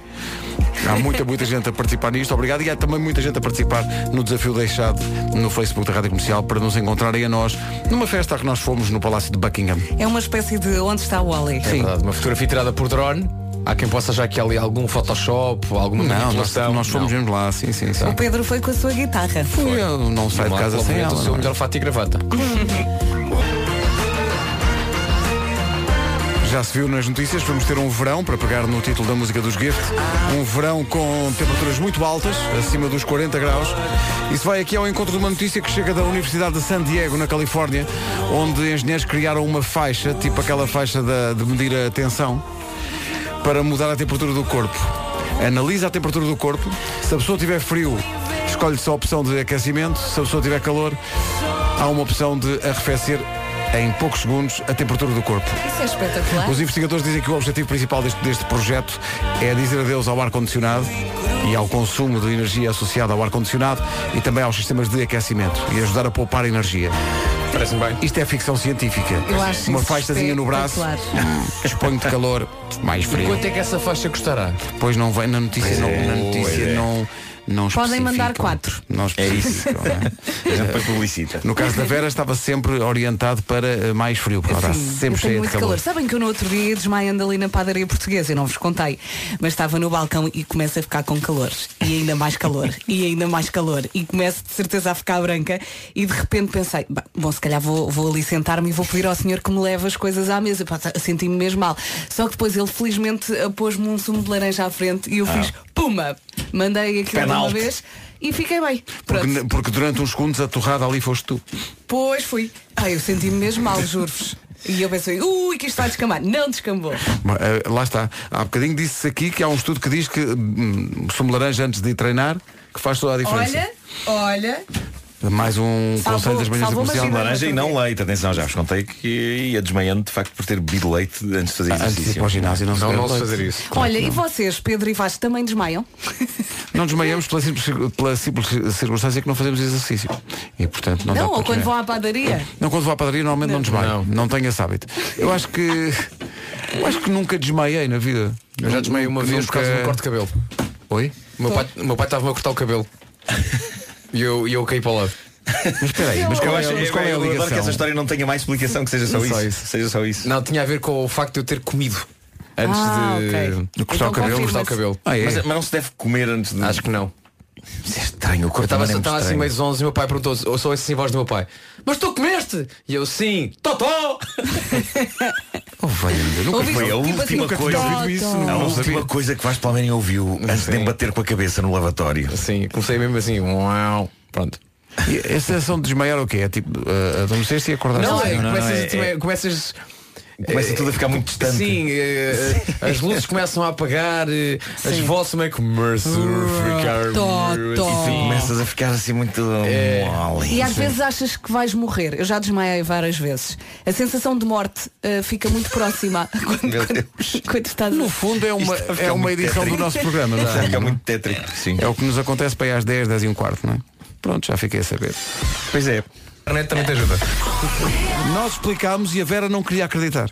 B: Há muita, muita gente a participar nisto, obrigado. E há também muita gente a participar no desafio deixado no Facebook da Rádio Comercial para nos encontrarem a nós numa festa a que nós fomos no Palácio de Buckingham.
A: É uma espécie de onde está o Wally.
F: É verdade, uma fotografia tirada por drone. Há quem possa achar que há ali algum Photoshop, alguma
B: Não, nós,
F: manipulação.
B: nós fomos mesmo lá, sim, sim, sim.
A: O Pedro foi com a sua guitarra.
B: Foi, eu não saio de
F: Não há
B: casa sem
F: provavelmente
B: ela.
F: o seu
B: não é?
F: melhor fato e gravata.
B: Já se viu nas notícias, vamos ter um verão, para pegar no título da música dos Gift, um verão com temperaturas muito altas, acima dos 40 graus. Isso vai aqui ao encontro de uma notícia que chega da Universidade de San Diego, na Califórnia, onde engenheiros criaram uma faixa, tipo aquela faixa da- de medir a tensão, para mudar a temperatura do corpo. Analisa a temperatura do corpo, se a pessoa tiver frio, escolhe só a opção de aquecimento, se a pessoa tiver calor, há uma opção de arrefecer em poucos segundos a temperatura do corpo.
A: Isso é espetacular.
B: Os investigadores dizem que o objetivo principal deste, deste projeto é dizer adeus ao ar-condicionado e ao consumo de energia associada ao ar-condicionado e também aos sistemas de aquecimento e ajudar a poupar energia.
F: Parece-me bem.
B: Isto é ficção científica.
A: Eu acho
B: Uma
A: isso
B: faixazinha no braço,
A: espetacular.
B: exponho de calor, mais frio.
F: Quanto é que essa faixa custará?
B: Pois não vem na notícia, não, na notícia
J: é.
B: não, não
A: Podem mandar
B: especificam.
A: quatro.
B: Não especificam, né?
J: A gente depois publicita.
B: No caso da Vera estava sempre orientado para eh, mais frio, porque ela está
A: Sim,
B: sempre
A: eu tenho
B: cheia de
A: muito
B: calor.
A: Sabem que eu no outro dia ia desmaiando ali na padaria portuguesa, eu não vos contei, mas estava no balcão e começo a ficar com calor. E ainda mais calor, e ainda mais calor. E começo de certeza a ficar branca e de repente pensei, "Bah, bom, se calhar vou, vou ali sentar-me e vou pedir ao senhor que me leve as coisas à mesa. Pá, tá- Senti-me mesmo mal. Só que depois ele felizmente eh, pôs-me um sumo de laranja à frente
B: Ah.
A: e eu fiz, puma! Mandei aquilo de uma
J: Penalti.
A: vez e fiquei bem. Pronto.
B: Porque, porque durante uns segundos a torrada ali foste tu.
A: Pois fui. Ah, eu senti-me mesmo mal, juro-vos. E eu pensei, ui, que isto vai descambar. Não descambou.
B: Bom, eh, lá está. Há bocadinho disse-se aqui que há um estudo que diz que hum, sumo de laranja antes de ir treinar, que faz toda a diferença.
A: Olha, olha.
B: Mais um
A: Salvou-
B: conselho das manhãs da
A: salvou uma
B: comercial.
A: vida.
J: Laranja e não leite, atenção, já vos contei que ia desmaiando de facto por ter bebido leite antes de fazer
B: Antes de ir
J: exercício.
B: para o ginásio não, se
F: Não,
B: deve
F: não se
B: leite.
F: fazer isso.
A: olha, e vocês, Pedro e Vasco, também desmaiam?
B: Não desmaiamos pela simples, pela simples circunstância que não fazemos exercício. E portanto
A: Não,
B: não, dá para
A: ou quando
B: desmaiar.
A: vão à padaria?
B: Não, quando vou à padaria normalmente não, desmaio. Não.
F: Não.
B: tenho esse hábito. Eu acho que. Eu acho que nunca desmaiei na vida.
F: Eu já desmaiei uma vez por causa de um corte de cabelo.
B: Oi?
F: O meu pai- o meu pai estava-me a cortar o cabelo. E eu, e eu caí para o lado.
B: Mas espera aí, mas
J: Eu
B: qual é,
J: acho
B: mas qual é a
J: eu adoro que essa
B: ligação?
J: história não tenha mais explicação que seja só,
F: Não
J: isso,
F: só isso.
J: Seja só isso.
F: Não, tinha a ver com o facto de eu ter comido antes
A: Ah,
F: de
A: ok.
B: De cortar o
A: Então
B: cabelo,
A: confirma-se.
F: cortar o cabelo.
B: Ah, é?
J: Mas, mas não se deve comer antes de.
F: Acho que não.
J: Isto
B: estranho. O
F: Eu
B: corpo
F: estava
B: humano é muito
F: estava assim
B: estranho.
F: meio zonzo e o meu pai perguntou ou sou assim a voz do meu pai. Mas tu comeste? E eu sim, Totó!
J: Nunca
F: Ouviste
J: foi a
F: tipo assim,
J: última
F: nunca
J: coisa.
F: tinha ouvido isso,
J: a
F: não
J: última
F: sabia.
J: coisa que Vasco Palmeirinho ouviu antes de embater com a cabeça no lavatório.
F: Sim, comecei mesmo assim, uau, pronto.
B: E a sensação de desmaiar é o quê? É tipo uh, adormecer-se e acordar
F: Não, é,
B: sozinho,
F: começas,
B: É-
F: a te- começas-
B: Começa
F: eh,
B: tudo a ficar muito distante.
F: Sim, eh, as luzes começam a apagar, eh, as
B: Sim.
F: vozes meio que começam a ficar.
A: Tó, tó.
J: E tu começas a ficar assim muito
B: É.
J: mole.
A: E às vezes achas que vais morrer. Eu já desmaiei várias vezes. A sensação de morte eh, fica muito próxima quando, quando, quando estás No
B: fundo é uma, É uma edição do nosso programa.
J: Isto fica
B: muito tétrico, sim. É o que nos acontece para aí às 10, 10 e um quarto, não é? Pronto, já fiquei a saber.
J: Pois é.
F: A internet também te ajuda.
B: Nós explicámos e a Vera não queria acreditar.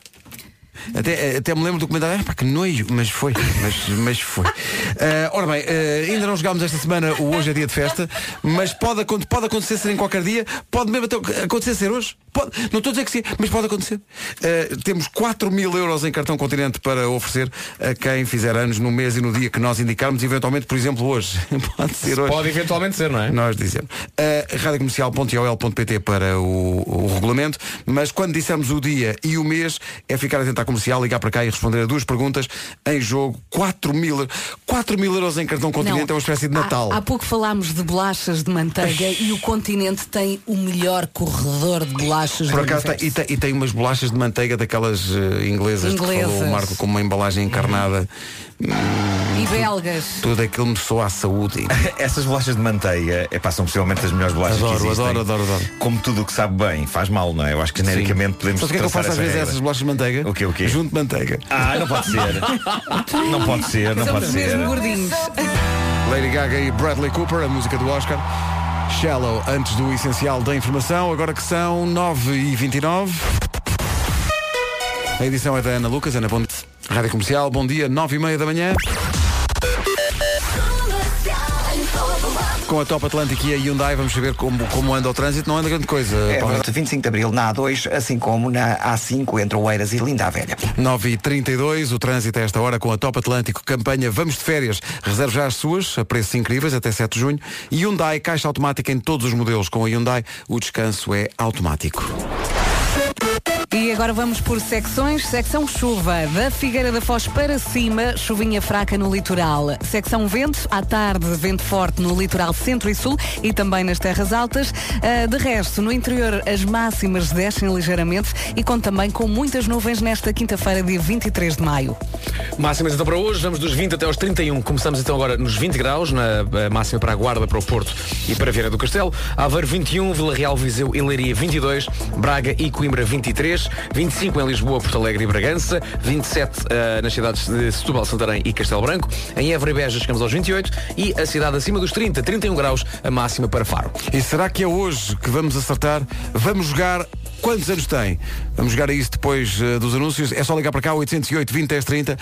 B: Até, até me lembro do comentário, "Ah, pá, que nojo, mas foi, mas, mas foi. Ah, ora bem, ah, ainda não jogámos esta semana o Hoje é Dia de Festa, mas pode, acon- pode acontecer ser em qualquer dia, pode mesmo até acontecer ser hoje. Pode, não estou a dizer que sim, mas pode acontecer. Ah, temos 4 mil euros em cartão continente para oferecer a quem fizer anos no mês e no dia que nós indicarmos, eventualmente, por exemplo, hoje. Pode ser hoje.
F: Pode eventualmente ser, não é?
B: Nós dizemos. Uh, radiocomercial.ol.pt para o, o regulamento, mas quando dissermos o dia e o mês, é ficar atento à comercial, ligar para cá e responder a duas perguntas em jogo. 4 mil, 4 mil euros em cartão continente é uma espécie de Natal.
A: Há, há pouco falámos de bolachas de manteiga e o continente tem o melhor corredor de bolachas
B: Por
A: do
B: acaso tem-
A: universo.
B: e, tem, e tem umas bolachas de manteiga daquelas eh, inglesas, Uhum. que falou
A: Inglesas.
B: o Marco com uma embalagem encarnada.
A: E belgas.
B: Tudo aquilo me soa à saúde.
J: Essas bolachas de manteiga é, são possivelmente as melhores bolachas
B: Adoro,
J: que existem.
B: adoro, adoro, adoro.
J: Como tudo o que sabe bem, faz mal, não é? Eu acho que genericamente
B: Sim.
J: podemos
B: Sabes o que é que eu
J: traçar
B: faço às
J: essa
B: vezes a
J: regra.
B: essas bolachas de manteiga?
J: O quê, o quê?
B: Junto de manteiga.
J: Ah, não pode ser. não pode ser, não pode ser.
A: gordinhos.
B: Lady Gaga e Bradley Cooper, a música do Oscar. Shallow, antes do essencial da informação, agora que são 9h29. A edição é da Ana Lucas, Ana Ponte, Rádio Comercial, bom dia, 9h30 da manhã. Com a Top Atlântico e a Hyundai, vamos saber como, como anda o trânsito. Não anda grande coisa,
C: É
B: Paulo.
C: verdade, 25 de Abril na A2, assim como na A5 entre Oeiras e Linda a Velha.
B: 9h32, o trânsito a esta hora com a Top Atlântico, campanha Vamos de Férias. Reserve já as suas, a preços incríveis, até 7 de junho. E Hyundai, caixa automática em todos os modelos. Com a Hyundai, o descanso é automático.
A: E agora vamos por secções. Secção chuva, da Figueira da Foz para cima, chuvinha fraca no litoral. Secção vento, à tarde, vento forte no litoral centro e sul e também nas terras altas. Ah, de resto, no interior, as máximas descem ligeiramente e conta também com muitas nuvens nesta quinta-feira, dia 23 de maio.
F: Máximas então para hoje, vamos dos 20 até aos 31. Começamos então agora nos 20 graus, na eh, máxima para a Guarda, para o Porto e para Vieira do Castelo. Aveiro 21, Vila Real, Viseu e Leiria 22, Braga e Coimbra 23, 25 em Lisboa, Porto Alegre e Bragança, 27 eh, nas cidades de Setúbal, Santarém e Castelo Branco. Em Évora e Beja chegamos aos 28 e a cidade acima dos 30, 31 graus, a máxima para Faro.
B: E será que é hoje que vamos acertar? Vamos jogar. Quantos anos tem? Vamos jogar a isso depois eh, dos anúncios. É só ligar para cá, 808 20 10 30.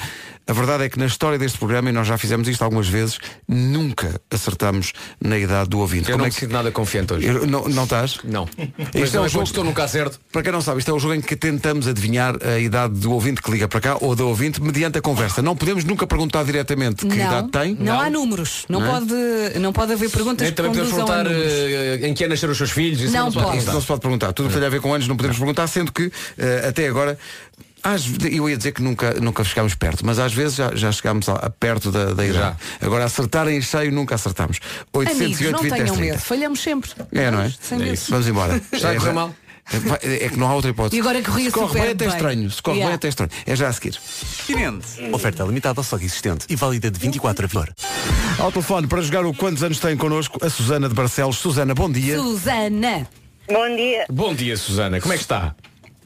B: A verdade é que na história deste programa, e nós já fizemos isto algumas vezes, nunca acertamos na idade do ouvinte. Como
F: Eu não
B: é
F: me
B: que-
F: sinto nada confiante hoje.
B: Eu- não, não estás?
F: Não. Mas
B: Isto é
F: não
B: um jogo
F: é quando estou nunca certo.
B: Para quem não sabe, isto é um jogo em que tentamos adivinhar a idade do ouvinte que liga para cá ou do ouvinte mediante a conversa. Não podemos nunca perguntar diretamente que
A: não,
B: idade tem.
A: Não, há números. Não,
B: Não é?
A: pode, não pode haver perguntas
F: Nem
A: que
F: também podemos
A: conduzam a
F: perguntar
A: números.
F: eh, em que ano nasceram os seus filhos. isso
A: Não pode.
B: Isso não se pode perguntar. Tudo que tem a ver com anos não podemos perguntar, sendo que eh, até agora. às ve- eu ia dizer que nunca, nunca chegámos perto, mas às vezes já, já chegámos a, a perto da, da idade. Agora, acertar em cheio nunca acertamos. 808
A: Amigos, não
B: 20
A: tenham
B: 10
A: medo.
B: 30.
A: Falhamos sempre.
B: É, não é?
A: Sem medo.
B: Vamos embora.
F: Está a correr
B: É-
F: mal?
B: É, é que não há outra hipótese.
A: E agora corria
B: se corre
A: super
B: bem, é até
A: bem.
B: estranho. Se corre
A: Yeah.
B: bem até estranho. É já a seguir.
K: Oferta limitada ao estoque existente e válida de 24 a flor.
B: Ao telefone para jogar o Quantos Anos Tem connosco, a Susana de Barcelos. Susana, bom dia.
A: Susana.
L: Bom dia.
F: Bom dia, Susana. Como é que está?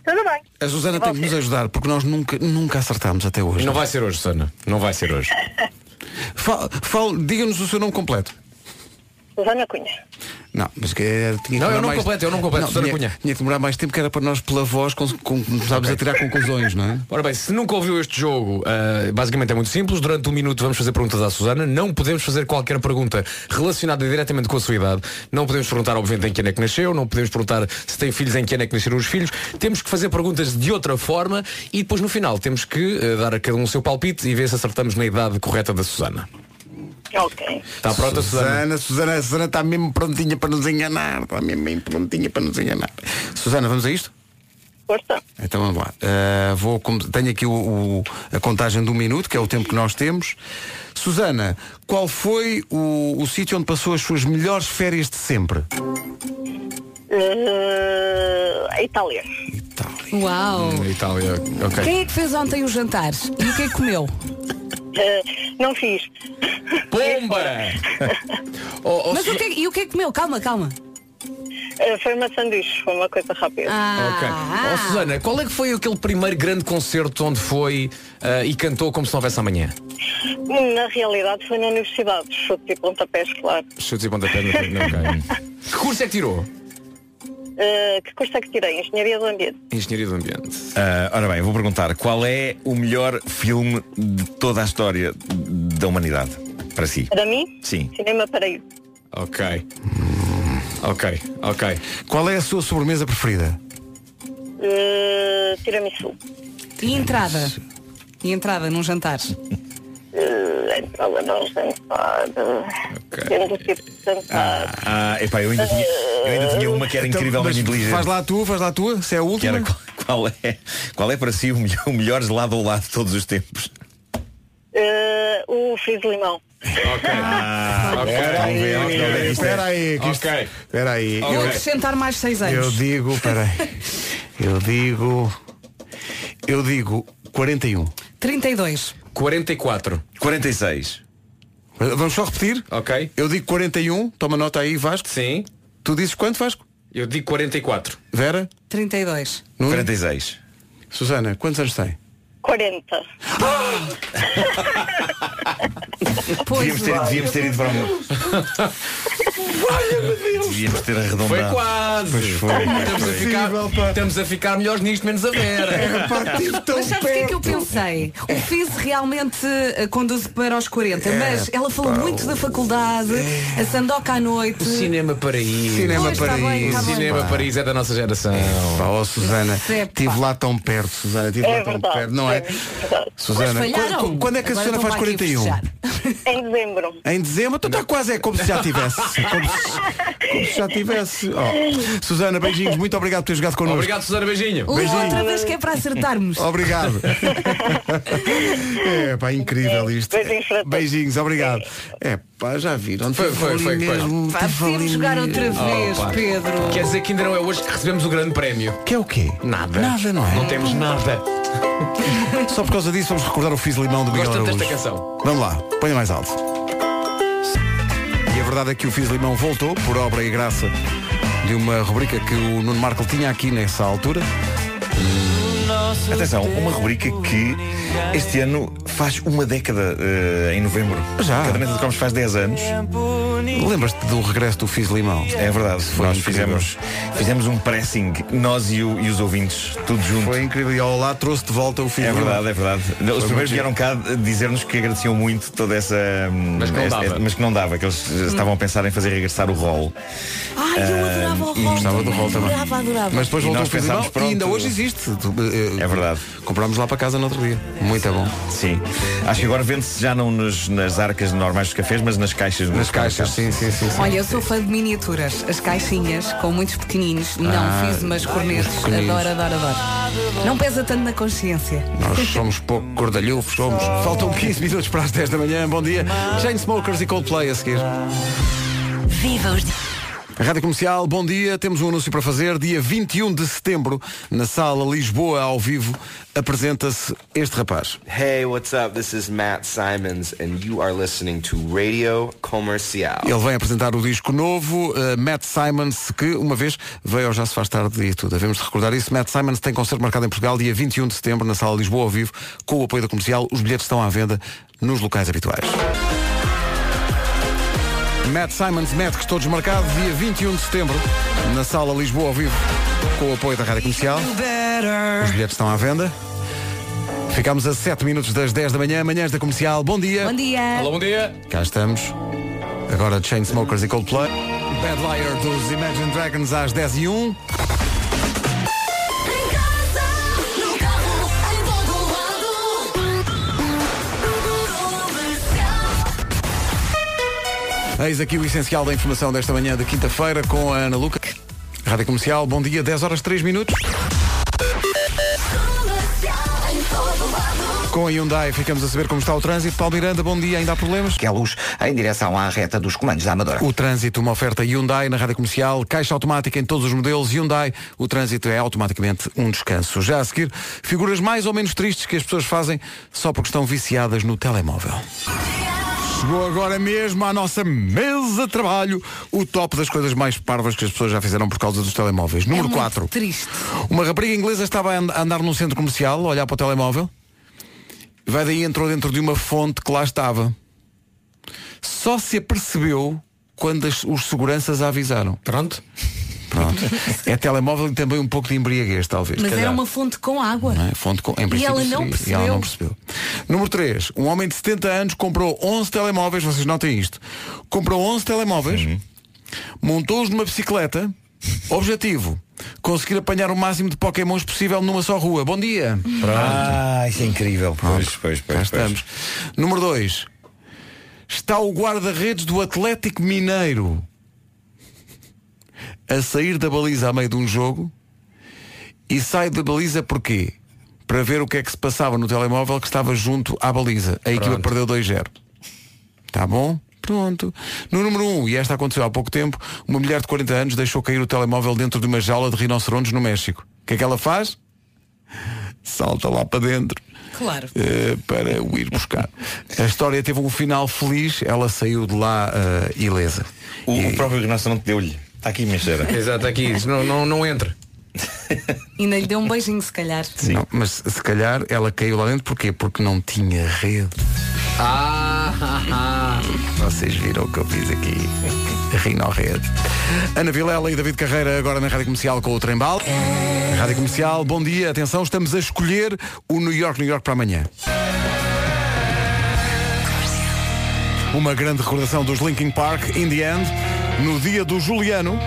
L: Tudo bem?
B: A Susana tem que nos ajudar, porque nós nunca, nunca acertámos até hoje.
F: Não vai ser hoje, Susana. Não vai ser hoje.
B: Fal- fal- Diga-nos o seu nome completo.
L: Susana Cunha.
B: Não, mas que era, tinha que
F: Não, eu
B: demorar
F: não
B: mais...
F: completo, eu não completo, Susana
B: tinha,
F: Cunha.
B: Tinha que demorar mais tempo, que era para nós, pela voz, com, com, começarmos a tirar conclusões, não é?
F: Ora bem, se nunca ouviu este jogo, ah, basicamente é muito simples. Durante um minuto vamos fazer perguntas à Susana. Não podemos fazer qualquer pergunta relacionada diretamente com a sua idade. Não podemos perguntar, obviamente, em que ano é que nasceu. Não podemos perguntar se tem filhos, em que ano é que nasceram os filhos. Temos que fazer perguntas de outra forma e eh, depois, no final, temos que ah, dar a cada um o seu palpite e ver se acertamos na idade correta da Susana.
L: Ok.
F: Está pronta,
B: Susana? Susana, Susana está mesmo prontinha para nos enganar. Está mesmo bem prontinha para nos enganar. Susana, vamos a isto?
L: Força.
B: Então vamos lá. Uh, vou, com- tenho aqui o- o- a contagem de um minuto, que é o tempo que nós temos. Susana, qual foi o, o sítio onde passou as suas melhores férias de sempre?
L: Eh, a Itália.
A: Uau!
B: Itália, ok.
A: Quem é que fez ontem os jantares? E o que é que comeu?
L: Eh, não fiz.
F: Pomba!
A: Mas o que é, e o que é que comeu? Calma, calma.
L: Eh, foi uma sanduíche, foi uma coisa rápida.
A: Ah.
F: Ok. Ó, Susana, qual é que foi aquele primeiro grande concerto onde foi ah, e cantou como se não houvesse amanhã?
L: Na realidade foi na universidade, chute e pontapés, claro.
F: Chutes e pontapés no Que curso é que tirou?
L: Eh, que curso é que tirei? Engenharia do Ambiente.
F: Engenharia do Ambiente.
J: Ah, ora bem, vou perguntar qual é o melhor filme de toda a história da humanidade para si?
L: Para mim,
J: Sim.
L: cinema paraíso.
F: Ok. Ok, ok.
B: Qual é a sua sobremesa preferida?
L: Eh, tiramisu.
A: E entrada? E entrada num jantar?
L: Eh, entrada não jantada. Temos o tipo de jantar.
J: Ah, epá, eu ainda tinha, eu ainda tinha uma que era
B: Então, mas
J: incrivelmente inteligente.
B: Faz lá a tua, faz lá a tua, se é a
J: Que era
B: última.
J: qual, qual é, qual é para si o melhor, o melhor gelado ao lado de todos os tempos?
L: Eh, o friso de limão.
J: Ah,
B: ok.
J: estão a ver, estão a ver, isto é-
B: Espera aí, que isto- espera aí.
A: Vou
B: Eu-
A: acrescentar mais seis
B: Eu
A: anos.
B: digo, peraí. Eu digo. Eu digo 41.
A: 32.
F: 44.
J: 46.
B: Vamos só repetir?
F: Ok.
B: Eu digo 41, toma nota aí, Vasco.
F: Sim.
B: Tu dizes quanto, Vasco?
F: Eu digo 44.
B: Vera?
A: 32.
B: Nuno?
J: 46.
B: Susana, quantos anos tem?
L: 40.
J: Devíamos ter, devíamos ter ido para o mundo.
B: Olha, Deus!
J: Devíamos ter arredondado.
F: Foi quase.
J: Pois foi.
F: Estamos a, ficar, estamos a ficar melhores nisto, menos a Vera.
A: Mas sabes o que é que eu pensei? O Fizz realmente eh, conduz para aos 40,
B: É,
A: mas ela falou muito da faculdade, a Sandoca à noite.
F: Cinema Paraíso.
B: Cinema
A: Pois, tá bem,
B: Paraíso.
A: tá bem.
F: Cinema
B: Pá.
F: Paraíso é da nossa geração.
B: Pá, ó, Susana,
A: Isso é pá.
B: estive lá tão perto, Susana, estive lá
L: É
B: tão
L: verdade.
B: perto, não é?
L: verdade.
B: Susana,
A: Pois
B: quando,
A: falharam.
B: quando- quando é que a
A: Agora
B: Susana
A: estão
B: faz
A: para aqui
B: 41?
A: festejar.
L: Em dezembro.
B: Em dezembro? Então está quase, é como se já tivesse. Como se, como se já tivesse. Ó, Susana, beijinhos, muito obrigado por ter jogado connosco.
F: Obrigado, Susana. Beijinho.
A: Leva outra
B: Beijinho.
A: vez que é para acertarmos.
B: Obrigado. é pá, incrível isto.
L: Beijinhos para todos.
B: Beijinhos, obrigado. É pá, já viram.
F: Foi, foi, foi, foi.
A: Pá, Precisamos jogar outra vez,
F: Opa.
A: Pedro.
F: Quer dizer que ainda não é hoje que recebemos o grande prémio.
B: Que é o quê?
F: Nada.
B: Nada, não é?
F: Não temos nada.
B: Só por causa disso vamos recordar o Fiz Limão do Miguel
F: Gosto tanto
B: Araújo.
F: desta canção.
B: Vamos lá, ponha mais alto. E a verdade é que o Fiz Limão voltou, por obra e graça, de uma rubrica que o Nuno Marco tinha aqui nessa altura.
J: Atenção, uma rubrica que este ano faz uma década eh, em novembro.
B: Já.
J: Caderneta de Cromos faz 10 anos.
B: Lembras-te do regresso do Fiz Limão?
J: É verdade.
B: Foi
J: nós
B: incrível.
J: fizemos, fizemos um pressing, nós e, o- e os ouvintes, tudo junto.
B: Foi incrível. E ao Olá trouxe de volta o Fiz
J: É
B: Limão.
J: verdade, é verdade. Os primeiros
B: muito
J: vieram cá dizer-nos que agradeciam muito toda essa. hum,
F: Mas que não
J: esta-
F: dava. Hum.
J: mas que não dava, que eles estavam a pensar em fazer regressar o rol.
A: Ai, eu adorava o rol.
B: Gostava do rol também.
A: Adorava, adorava.
B: é? Mas depois
J: E
B: voltou o
J: nós
B: Fiz
J: pensámos,
B: Limão e
J: pronto.
B: ainda hoje existe. Tu, eh,
J: É verdade.
B: Comprámos lá para casa no outro dia. Muito bom.
J: Sim. Acho que agora vende-se já não nos- nas arcas normais dos cafés, mas nas caixas.
B: Nas caixas, sim, sim, sim. sim.
A: Olha, eu sou fã de miniaturas, as caixinhas, com muitos pequeninos, não fiz umas cornetos,
B: Ah, pequeninos.
A: adoro, adoro, adoro. Não pesa tanto na consciência.
B: Nós somos pouco gordalhufos, somos. Faltam 15 minutos para as 10 da manhã. Bom dia. Jane Smokers e Coldplay a seguir.
D: Viva os
B: Rádio Comercial, bom dia. Temos um anúncio para fazer. Dia 21 de setembro, na sala Lisboa ao vivo, apresenta-se este rapaz.
M: Hey, what's up? This is Matt Simons, and you are listening to Radio Comercial.
B: Ele vem apresentar o disco novo, eh, Matt Simons, que uma vez veio ao Já Se Faz Tarde e tudo. Devemos de recordar isso. Matt Simons tem concerto marcado em Portugal, dia 21 de setembro, na sala Lisboa ao vivo, com o apoio da comercial. Os bilhetes estão à venda nos locais habituais. Matt Simons, Matt, que estou desmarcado, dia 21 de setembro, na sala Lisboa ao vivo, com o apoio da Rádio Comercial. Os bilhetes estão à venda. Ficámos a 7 minutos das 10 da manhã, manhãs da comercial. Bom dia.
A: Bom dia.
F: Olá, bom dia.
B: Cá estamos. Agora Chainsmokers e Coldplay. Bad Liar dos Imagine Dragons às 10 e 1. Eis aqui o essencial da informação desta manhã de quinta-feira com a Ana Luca. Rádio Comercial, bom dia, 10 horas 3 minutos. Com a Hyundai ficamos a saber como está o trânsito. Paulo Miranda, bom dia, ainda há problemas?
C: Que é luz em direção à reta dos comandos da Amadora.
B: O trânsito, uma oferta Hyundai na rádio comercial, caixa automática em todos os modelos Hyundai. O trânsito é automaticamente um descanso. Já a seguir, figuras mais ou menos tristes que as pessoas fazem só porque estão viciadas no telemóvel. Chegou agora mesmo à nossa mesa de trabalho o top das coisas mais parvas que as pessoas já fizeram por causa dos telemóveis. Número 4.
A: Triste.
B: Uma rapariga inglesa estava a and- a andar num centro comercial, a olhar para o telemóvel. Vai daí e entrou dentro de uma fonte que lá estava. Só se apercebeu quando as- os seguranças a avisaram. Pronto. Pronto. É telemóvel e também um pouco de embriaguez, talvez.
N: Mas
B: Se
N: era
B: calhar.
N: uma fonte com água.
B: Não é? Fonte com- em
N: E
B: princípio
N: ela não
B: seria-
N: percebeu.
B: E ela não percebeu. Número 3. Um homem de 70 anos comprou 11 telemóveis. Vocês notem isto. Comprou 11 telemóveis, montou-os numa bicicleta. Objetivo. Conseguir apanhar o máximo de pokémons possível numa só rua. Bom dia.
O: Ah, isso é incrível.
B: Pois, pois, pois. estamos. Número 2. Está o guarda-redes do Atlético Mineiro a sair da baliza a meio de um jogo e sai da baliza porquê? Para ver o que é que se passava no telemóvel que estava junto à baliza. A equipa perdeu 2-0. Tá bom? Pronto. No número 1, um, e esta aconteceu há pouco tempo, uma mulher de 40 anos deixou cair o telemóvel dentro de uma jaula de rinocerontes no México. O que é que ela faz? Salta lá para dentro
G: Claro.
B: eh, para o ir buscar. A história teve um final feliz, ela saiu de lá eh, ilesa.
J: O, o próprio rinoceronte deu-lhe. Está aqui, minha cheira.
F: Exato, está aqui. Diz, Não, não, não entre.
N: Ainda lhe deu um beijinho, se calhar.
B: Não, mas se calhar ela caiu lá dentro porquê? Porque não tinha rede.
F: Ah,
B: Vocês viram o que eu fiz aqui. Rino Rede. Ana Vilela e David Carreira agora na Rádio Comercial com o Trembal. Rádio Comercial, bom dia, atenção, estamos a escolher o New York, New York para amanhã. Uma grande recordação dos Linkin Park, In the End, no dia do Juliano.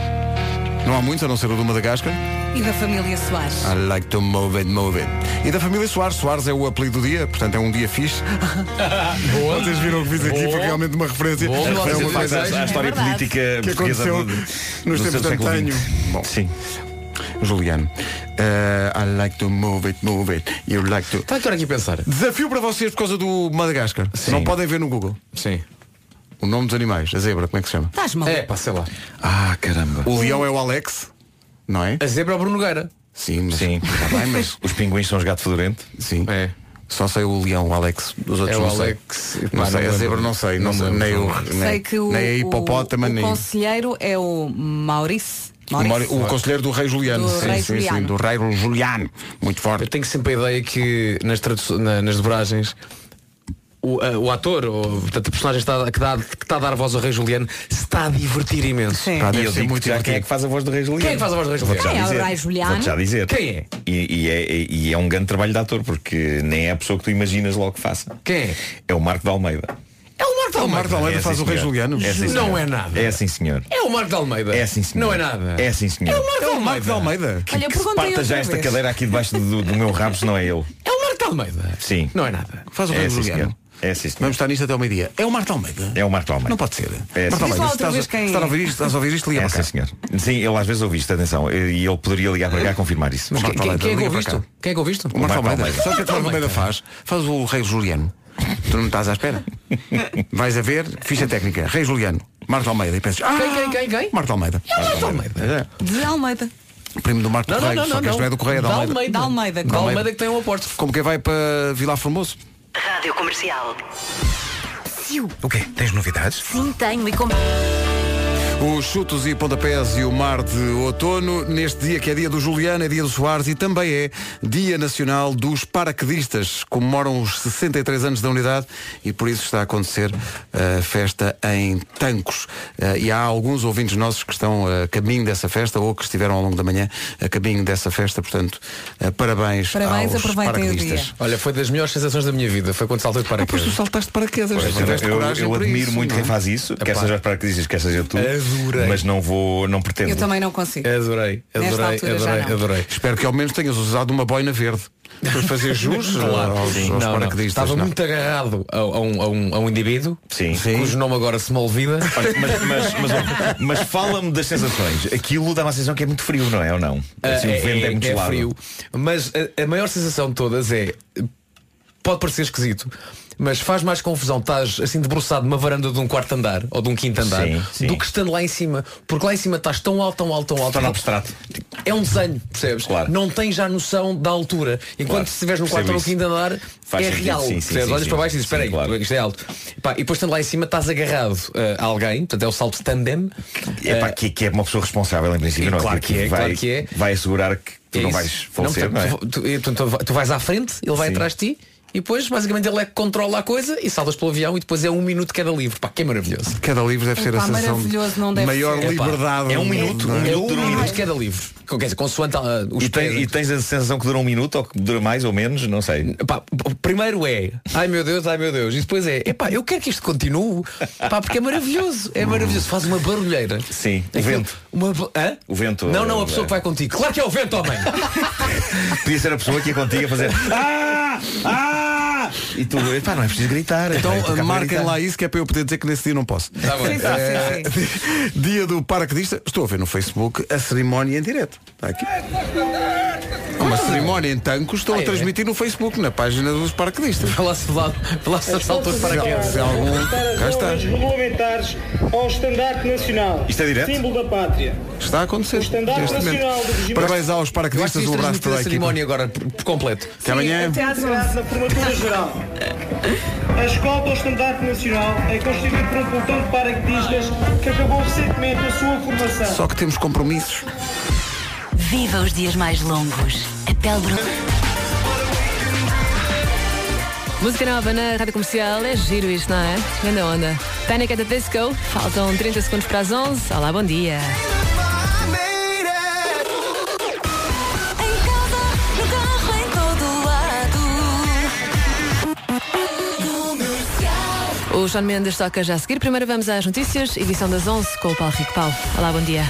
B: Não há muitos, a não ser o do Madagascar.
A: E da família Soares.
B: I like to move it, move it. E da família Soares. Soares é o apelido do dia, portanto é um dia fixe. Boa. Vocês viram o que fiz aqui? Foi realmente uma referência.
J: Boa.
B: É uma
J: Referência de
B: coisa
J: facto à- à história É verdade. política
B: que
J: portuguesa
B: aconteceu
J: do-
B: nos
J: do
B: tempos
J: seu
B: de
J: século
B: antanho.
J: XX.
B: Bom. Sim. Juliano, eh, I like to move it, move it. You like to. Está
F: Tá, então aqui a pensar.
B: Desafio para vocês por causa do Madagascar. Não podem ver no Google.
F: Sim.
B: O nome dos animais, a zebra, como é que se chama?
N: Estás mal.
F: É, pá, sei lá.
B: Ah, caramba. O leão é o Alex, não é?
F: A zebra é o Bruno Nogueira.
B: Sim, mas, Sim. mas
J: os pinguins são os gato fedorento.
B: Sim.
F: É.
B: Só sei o leão, o Alex. Os outros
F: É o
B: não sei.
F: Alex.
B: Não
F: Pá, não
B: sei, a
F: lembro.
B: zebra não sei. Não
F: Não
B: sei.
F: lembro.
B: Nem, o,
F: Sei
B: nem,
A: Sei que o,
B: nem a hipopótama,
A: o,
B: nem.
A: o conselheiro é o Maurício.
B: O,
A: Maurício.
B: Mauri- o conselheiro do rei Juliano.
A: Do rei Juliano.
B: do rei Juliano. Muito forte.
F: Eu tenho sempre a ideia que nas, tradu- na- nas dobragens o, a- o ator, ou portanto, a personagem está- que, dá- que está a dar voz ao Rei Juliano, se está a divertir imenso.
J: Sim. Pá, deve ser muito
B: é
J: divertido. faz a voz do Rei Juliano?
F: Quem é que faz a voz do Rei
J: Vou-te
F: Juliano?
J: já dizer. Vou-te já dizer.
F: Quem é?
J: E, e é, e- e é um grande trabalho de ator, porque nem é a pessoa que tu imaginas logo que faça.
F: Quem é?
J: É o Marco de Almeida.
F: É o Marco de
J: O
F: Almeida.
J: Marco de Almeida faz o Rei Juliano. É, sim, senhor.
F: não é nada.
J: É sim, senhor.
F: É o Marco de Almeida.
J: É sim, senhor.
F: Não é nada.
J: É sim, senhor.
F: É o Marco de Almeida.
J: de Almeida.
F: Olha, perguntei
J: parta
F: outra
J: já esta
F: vez.
J: cadeira aqui debaixo do, do meu rabo, se não é ele.
F: É o Marco de Almeida.
J: Sim.
F: Não é nada.
B: Faz o
J: é,
B: Rei
J: sim,
B: Juliano.
J: senhor. É sim, senhor.
B: Vamos estar nisto até ao meio-dia. É o Marta Almeida.
J: É o Marco de Almeida.
B: Não pode ser.
J: É,
B: Marta
J: sim.
B: Almeida, se estás, a- se estás a ouvir isto, estás a ouvir isto, liga
J: é,
B: para cá.
J: sim, senhor. Sim, ele às vezes ouve isto, atenção. E ele poderia ligar para cá confirmar isso.
B: Mas quem- quem- quem é que
J: Liga
B: ouve
J: para
B: isto?
J: cá.
F: Quem é que ouviste?
B: O Marco
J: Marco
B: Almeida.
J: Almeida.
B: Sabe o que é que o Marco
J: Marco
B: Almeida faz? Faz o Rei Juliano. Tu não estás à espera? Vais a ver, ficha técnica, Rei Juliano, Marco Almeida. E pensas, ah,
F: Quem, quem, quem, quem?
B: Marta Almeida.
F: É o Marco de Almeida.
B: É.
N: De Almeida.
B: Primo do Marco
F: Não, não,
B: Correia, só
F: não,
B: que
F: não,
B: este não é do Correia, é da
F: Da
B: Almeida.
F: Almeida. Da Almeida,
B: Da
F: da Almeida que tem um aposto.
B: Como quem vai para Vilar Formoso?
N: Rádio Comercial.
B: O quê? Tens novidades?
N: Sim, tenho e como.
B: Os chutos e pontapés e o mar de outono, neste dia que é dia do Juliano, é dia do Soares e também é Dia Nacional dos Paraquedistas. Comemoram os 63 anos da unidade e por isso está a acontecer a festa em Tancos. Eh, e há alguns ouvintes nossos que estão a caminho dessa festa ou que estiveram ao longo da manhã a caminho dessa festa, portanto, eh, parabéns,
F: Parabéns,
B: aos paraquedistas.
F: Olha, foi das melhores sensações da minha vida. Foi quando saltei de paraquedas.
B: Depois tu saltaste de paraquedas. é?
J: Pois, eu- eu, eu admiro muito quem faz isso, quer
F: Epá.
J: seja os paraquedistas, quer seja tu.
F: É Adorei.
J: Mas não vou, não pretendo.
N: Eu também não consigo.
F: Adorei,
N: Nesta
F: adorei,
N: altura já
F: adorei,
N: não.
F: adorei.
B: Espero que ao menos tenhas usado uma boina verde. Para fazer jus
F: Claro.
B: aos,
F: Sim.
B: aos
F: Não, não.
B: paraquedistas.
F: Estava
B: não.
F: muito agarrado a, a um, a um- a um indivíduo cujo nome agora se me olvida.
J: Olha, mas, mas- mas, ó, mas fala-me das sensações. Aquilo dá uma sensação que é muito frio, não é? Ou não?
F: Ah,
J: Assim, o vento é, muito gelado.
F: frio. Mas a, a maior sensação de todas é. Pode parecer esquisito, mas faz mais confusão. Estás assim debruçado numa varanda de um quarto andar ou de um quinto andar
J: Sim, sim.
F: do que estando lá em cima. Porque lá em cima estás tão alto, tão alto, tão alto.
J: Estou no
F: tão-
J: abstrato.
F: É um desenho, percebes? Não tens já noção da altura. Enquanto
J: Claro,
F: se estiveres no
J: percebo
F: quarto ou no
J: isso.
F: quinto andar,
J: Faz
F: é
J: sentido,
F: real.
J: sim, sim,
F: percebes?
J: sim,
F: Olhas
J: sim,
F: para baixo e dizes,
J: sim,
F: espera aí, isto é alto. Pá, e depois estando lá em cima estás agarrado eh, a alguém, portanto é o salto tandem.
J: É pá, que, que é uma pessoa responsável em princípio,
F: E
J: não
F: claro
J: Porque
F: que é,
J: vai,
F: claro que é.
J: Vai assegurar que tu
F: É
J: não
F: isso.
J: vais falecer, não, é?
F: portanto, tu, tu- tu- tu vais à frente, ele vai
J: Sim.
F: atrás de ti e depois basicamente ele é que controla a coisa e salvas pelo avião e depois é um minuto cada livro. Pá, que é maravilhoso.
B: Cada livro deve ser a
F: Epá,
B: sensação
F: maravilhoso,
B: de
F: não deve
B: maior
F: ser. Epá,
B: liberdade.
F: é um minuto,
B: não
F: um
B: é?
F: minuto de um minuto cada livro. Quer dizer, consoante ah, os
J: é? E, tens,
F: prédios.
J: e tens a sensação que dura um minuto ou que dura mais ou menos, não sei.
F: Pá, p- primeiro é, ai meu Deus, ai meu Deus, e depois é, epá, eu quero que isto continue, pá, porque é maravilhoso, é maravilhoso, faz uma barulheira.
J: Sim, o
F: Aquilo-
J: vento.
F: Uma, ba- hã?
J: O vento.
F: Não, não, a
J: eh,
F: pessoa que vai contigo. Claro que é o vento, homem!
J: Podia ser a pessoa que ia contigo a fazer. Ah! Ah! E tu, epá, não é preciso gritar.
B: Então
J: é, tocar
B: marquem
J: gritar.
B: lá isso que é para eu poder dizer que nesse dia não posso.
J: Tá bom. Sim, sim,
B: Eh, Dia do paraquedista, estou a ver no Facebook a cerimónia em direto. Está aqui. Uma cerimónia em tanco estou a transmitir no Facebook, na página dos paraquedistas.
F: Falasse
B: se assaltou de paraquedas. Se algum. Cá está.
P: regulamentares ao estandarte nacional.
B: Isto é direto?
P: Símbolo da pátria.
B: Está a acontecer.
P: O estandarte
B: neste momento.
P: nacional do regime-
B: Parabéns aos
F: Eu acho que
B: paraquedistas,
F: isto
B: um abraço
F: transmite
B: para
F: a
B: a
F: cerimónia
B: equipa.
F: agora por completo.
B: Até amanhã.
P: Até às É na formatura geral. A escolta ao estandarte nacional é constituída por um pelotão de paraquedistas que acabou recentemente a sua formação.
B: Só que temos compromissos.
N: Viva os dias mais longos. A pele bru-
Q: Música nova na rádio comercial, é giro isto, não é? Grande onda. Panic at the Disco, faltam 30 segundos para as 11. Olá, bom dia. O João Mendes toca já a seguir. Primeiro vamos às notícias, edição das 11 com o Paulo Rico Paulo. Olá, bom dia.